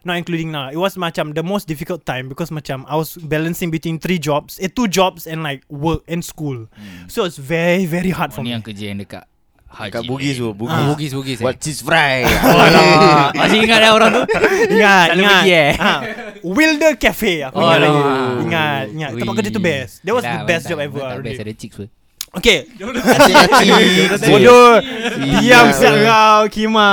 C: not including now. It was macam the most difficult time because macam I was balancing between three jobs, eh, two jobs and like work and school. So it's very very hard for
E: Hmm. Oh, ni
C: me.
E: yang kerja yang dekat Haji
F: Kat Bugis tu
E: Ah,
F: Bugis
E: Bugis Bugis eh
F: Buat cheese
C: Oh,
F: fry
C: lah.
E: Alamak Masih ingat dah orang tu
C: Ingat,
E: Selalu
C: ingat.
E: pergi, eh?
C: Ah, Wilder Cafe aku
E: Oh,
C: ingat lagi.
E: alamak.
C: Ingat, ingat. Tempat kerja tu best. That was
E: Yelah,
C: the best
E: mana
C: job
E: tak-
C: ever.
E: mana tak
C: already.
E: Best ada chicks pun
C: Okay.
F: Cheese
C: Bodoh Diam
F: Siap,
C: siap
F: bro.
C: kau Kima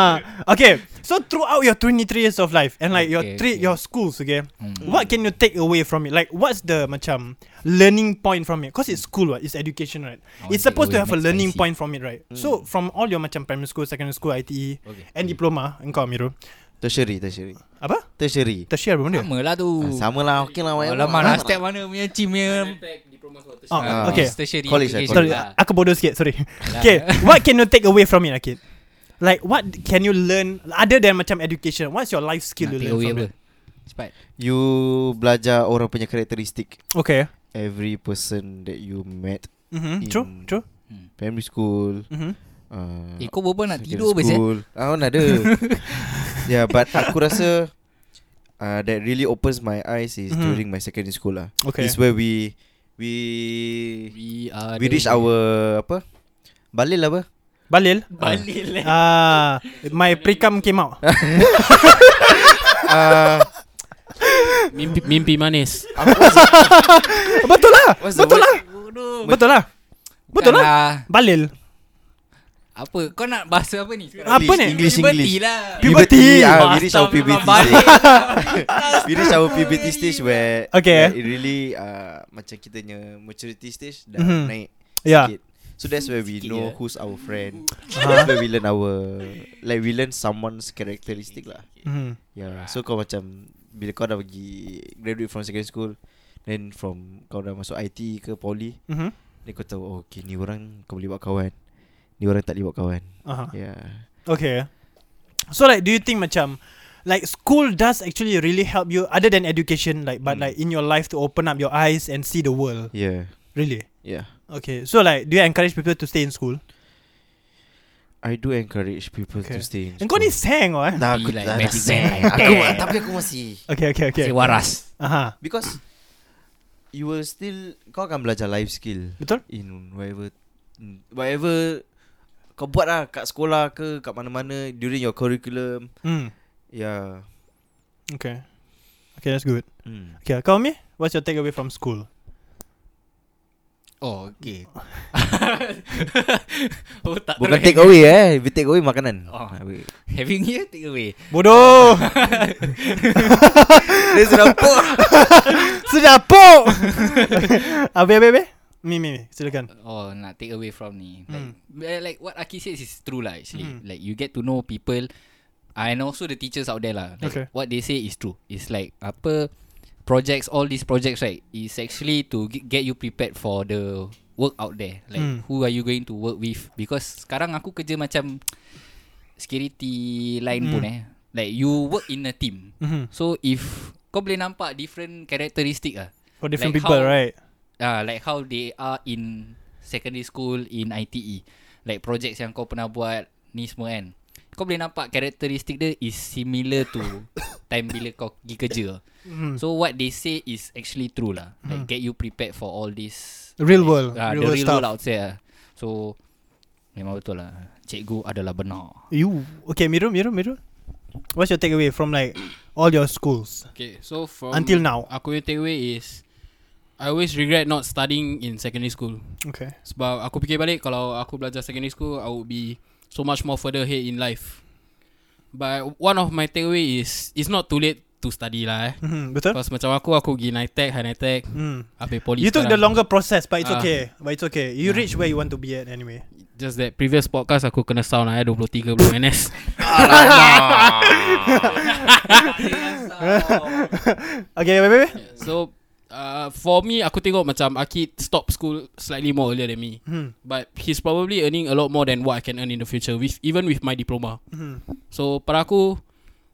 C: Okay So throughout your 23 years of life And like your
E: Okay,
C: three
E: okay. Hmm.
C: your schools okay What can you take away from it Like what's the macam Learning point from it Cause it's school right It's education right
E: I
C: It's
E: want to take
C: supposed to
E: away
C: have a
E: next
C: learning
E: IC.
C: point from it right So from all your macam Primary school, secondary school, ITE
E: Hmm. Okay.
C: And diploma Engkau Amirul
F: Tertiary Tertiary
C: Apa?
F: Tertiary
C: Tertiary apa benda
E: Sama lah tu
F: Ah, Sama lah Okay lah
E: Oh,
F: whatever.
E: lama lah step mana punya team punya
C: Oh,
E: Ah,
C: okay.
E: Tertiary
F: College lah,
E: application
C: Sorry,
E: lah.
C: aku bodoh sikit. Sorry. okay, what can you take away from it, Akid? Like, what can you learn other than macam education? What's your life skill
E: Nak
C: you
E: take
C: learn
E: away
C: from
E: apa
C: it?
E: Cepat
F: You belajar orang punya karakteristik
C: Okay.
F: Every person that you met
C: Mm-hmm. True,
F: In-
C: true.
F: Primary school
C: Mm-hmm.
F: uh,
E: Eh kau berapa nak
F: secondary
E: tidur bes eh
F: school. Ah, mana ada Ya yeah, but aku rasa uh, that really opens my eyes is
C: Mhm.
F: during my secondary school lah.
C: Okay.
F: It's where we we
G: We
E: ah,
G: are
F: we reach our apa? Balil apa?
C: Balil
G: Balik lah
C: Ah, My precum came out
G: mimpi, mimpi manis
C: Betul lah
F: What's the
C: Betul lah Betul lah Betul lah Balil
E: Apa Kau nak bahasa apa ni sekarang?
C: Apa ni
F: English English.
E: Liberty lah
C: Puberty.
F: ah, we reach our puberty
E: Astagfirullahaladzim.
F: stage. we reach our puberty stage where
C: Okay.
F: where it really uh, macam kita punya maturity stage dah
C: Mhm.
F: naik
C: Yeah. Uh-huh.
F: sikit. So that's where we
G: Sikit
F: know
G: je.
F: who's our friend. That's where we learn our like we learn someone's characteristic lah.
C: Mhm.
F: Yeah. So kau macam bila kau dah pergi graduate from secondary school, then from kau dah masuk IT ke poly,
C: Mhm.
F: then kau tahu oh okay, ni orang kau boleh buat kawan. Ni orang tak boleh buat kawan.
C: Aha.
F: Yeah.
C: Uh-huh. Okay. So like do you think macam like school does actually really help you other than education like
E: Hmm.
C: but like in your life to open up your eyes and see the world.
F: Yeah.
C: Really?
F: Yeah.
C: Okay. So like do you encourage people to stay in school?
F: I do encourage people okay.
C: Okay.
F: to stay in
C: And kau ni seng oh, eh?
F: Nah, aku
G: Be
F: tak
G: like
F: nak
G: Matthew
F: seng. Aku tapi aku masih
C: Okay, okay, okay.
E: Saya waras
C: Aha.
F: because you will still kau akan belajar life skill
C: Betul?
F: in whatever in whatever kau buat lah kat sekolah ke kat mana-mana during your curriculum.
C: Hmm.
F: Yeah.
C: Okay. Okay, that's good.
F: Hmm.
C: Okay, kau me? What's your takeaway from school?
E: Oh okay
G: Oh tak
F: Bukan
G: terus.
F: take away eh. If you take away makanan.
E: Oh.
F: Ah, wait.
E: Having here take away
C: Bodoh.
F: Dia sudah pok.
C: Sudah pok. Abi abi abi. Mi mi mi. Silakan.
E: Oh nak take away from ni Like,
C: Hmm.
E: eh, like what Aki says is true lah actually
C: Hmm.
E: Like you get to know people And also the teachers out there lah like,
C: Okay.
E: What they say is true It's like apa Projects all these projects right Is actually to ge- get you prepared for the Work out there Like
C: Hmm.
E: who are you going to work with Because sekarang aku kerja macam Security line pun
C: Hmm.
E: eh Like you work in a team
C: Mhm.
E: So if Kau boleh nampak different characteristic lah
C: For different
E: Like
C: people,
E: how-
C: right?
E: uh, like how they are in secondary school in ITE. Like projects yang kau pernah buat ni semua kan. Kau boleh nampak karakteristik dia is similar to time bila kau pergi kerja.
C: Mhm.
E: So what they say is actually true lah. Like get you prepared for all this
C: Real world,
E: Ah,
C: Hmm. real
E: the
C: world
E: real
C: stuff.
E: world out there. So memang betul lah. Cikgu adalah benar.
C: You okay, Miru, Miru, Miru? What's your takeaway from like all your schools?
G: Okay so from
C: Until now.
G: Aku punya take away is I always regret not studying in secondary school
C: Okay.
G: Sebab aku fikir balik Kalau aku belajar secondary school I would be So much more further ahead in life But one of my takeaway is It's not too late to study lah eh
C: Mm-hmm, betul?
G: Because macam aku Aku pergi NITEC, E High NITEC
C: Hmm.
G: Habis polis
C: You took the longer process, but it's
G: Ah.
C: okay. But it's okay. You reach where you want to be at anyway.
G: Just that previous podcast Aku kena sound lah eh 23 belum NS
C: Okay, wait, wait, wait.
G: So uh, For me Aku tengok macam Aki stop school Slightly more earlier than me
C: Hmm.
G: But he's probably earning a lot more Than what I can earn in the future with Even with my diploma
C: Mhm.
G: So pada aku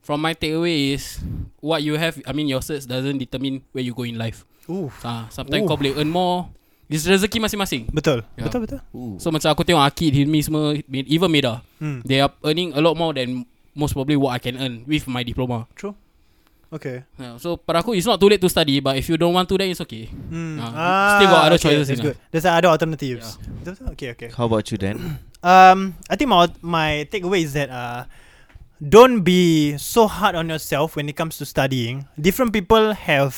G: From my takeaway is What you have I mean your certs Doesn't determine Where you go in life
C: Ooh.
G: ha, Sometimes
C: Ooh.
G: kau boleh earn more It's rezeki masing-masing
C: Betul.
G: Yeah.
C: Betul, betul.
G: So macam aku tengok Akid Hilmi semua Even Meda
C: Hmm.
G: They are earning a lot more than Most probably what I can earn With my diploma
C: Okay.
G: Ha, So pada aku It's not too late to study But if you don't want to Then it's okay
C: Hmm.
G: Ah, still got other choices
C: That's
G: in Ya.
C: good. There's other alternatives. Betul, betul? Okay, okay.
F: How about you then?
C: Um, I think my my takeaway is that uh, don't be so hard on yourself when it comes to studying. Different people have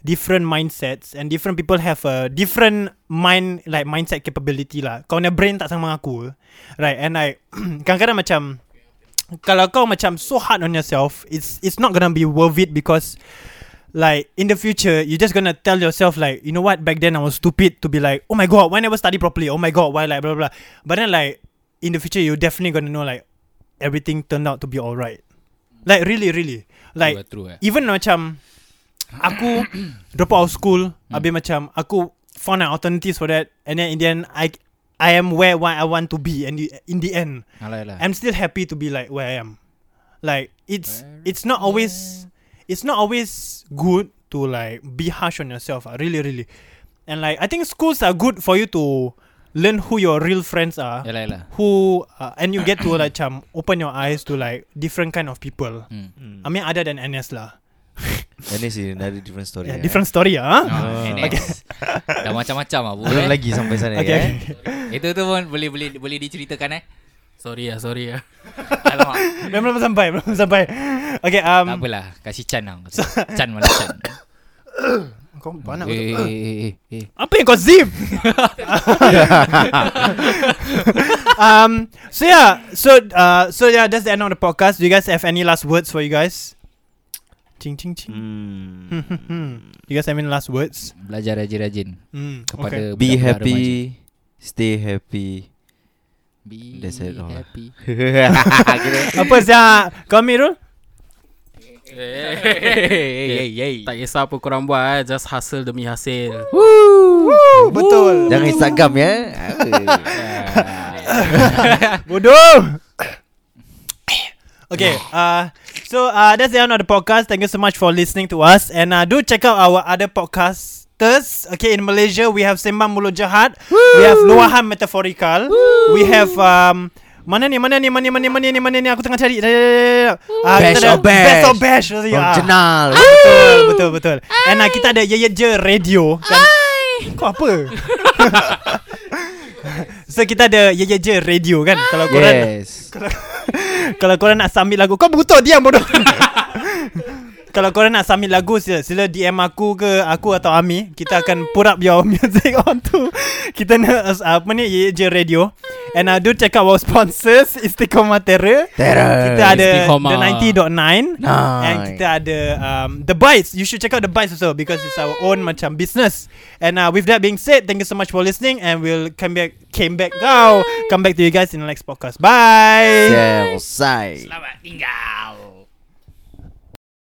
C: different mindsets and different people have a different mind like mindset capability lah. Kau punya brain tak sama aku, right? And I kadang-kadang macam kalau kau macam so hard on yourself, it's it's not gonna be worth it because like in the future you're just gonna tell yourself like you know what back then I was stupid to be like oh my god why never study properly oh my god why like blah blah, blah. but then like in the future you're definitely gonna know like everything turned out to be alright like really really like
E: true, true eh.
C: even macam aku drop out of school
E: Hmm.
C: habis macam aku found an alternatives for that and then in the end I I am where what I want to be and the- in the end
E: Alah alah.
C: I'm still happy to be like where I am. Like it's it's not always it's not always good to like be harsh on yourself. ah, Really, really. And like I think schools are good for you to learn who your real friends are.
E: Yalah yalah.
C: Who uh, and you get to like um, open your eyes to like different kind of people.
E: Hmm.
C: I mean other than NS lah.
F: And this is another different story.
C: Yeah,
F: eh.
C: different story ah. Ha?
E: Ah, NS. Dah macam-macam lah bro,
F: Belum
E: eh.
F: lagi sampai sana.
C: Okay,
F: Okay. Eh.
C: okay.
E: Itu tu pun boleh boleh boleh diceritakan eh.
G: Sorry lah, sorry lah.
E: Alamak.
C: Memang belum sampai, belum sampai. Okay, um
E: tak apalah, kasih Chan lah. Chan malah Chan.
C: kau panas.
E: Eh, eh, eh, eh, eh.
C: Apa yang kau zip? um, so yeah, so uh, so yeah, that's the end of the podcast. Do you guys have any last words for you guys? Ching ching ching.
F: Hmm.
C: Hmm. you guys have any last words?
E: Belajar rajin-rajin
C: Hmm. Okay.
E: kepada
F: Be
E: budak-budak remaja.
F: happy. Stay happy.
E: Be
F: That's it oh. all.
E: happy.
C: Apa sia? Kau Mirul?
E: Hey, hey, hey.
G: Tak kisah apa korang buat eh. Just hustle demi hasil.
C: Woo, Oh, betul.
F: Jangan Instagram ya.
C: Bodoh. Okay, uh, so uh, that's the end of the podcast. Thank you so much for listening to us, and uh, do check out our other podcasters. Okay, in Malaysia we have Sembang Mulut Jahat, we have Luahan Metaphorical, we have um, mana ni mana ni mana ni mana ni mana ni mana ni aku tengah cari. Uh,
F: Bash or Bash.
C: best or bash.
F: From
C: Ah.
F: Jenal.
C: Betul, betul, betul. And uh, kita ada Ye Ye Je Radio. Kan? Kau apa? so kita ada Ye Ye Je Radio kan. Kalau korang
F: Yes.
C: kalau korang nak submit lagu Kau butuh diam bodoh Kalau korang nak submit lagu sila, sila DM aku ke Aku atau Ami Kita akan put up your music on to Kita nak uh, Apa ni Ye Ye je radio And uh, do check out our sponsors Istiqomah Terror
F: Terror.
C: Kita ada
G: Istiqomah.
C: The 90.9
F: Nice.
C: And kita ada um, The Bites You should check out The Bites also Because it's our own macam business And uh, with that being said Thank you so much for listening And we'll come back Came back now Come back to you guys in the next podcast Bye
F: Selesai.
E: Selamat tinggal.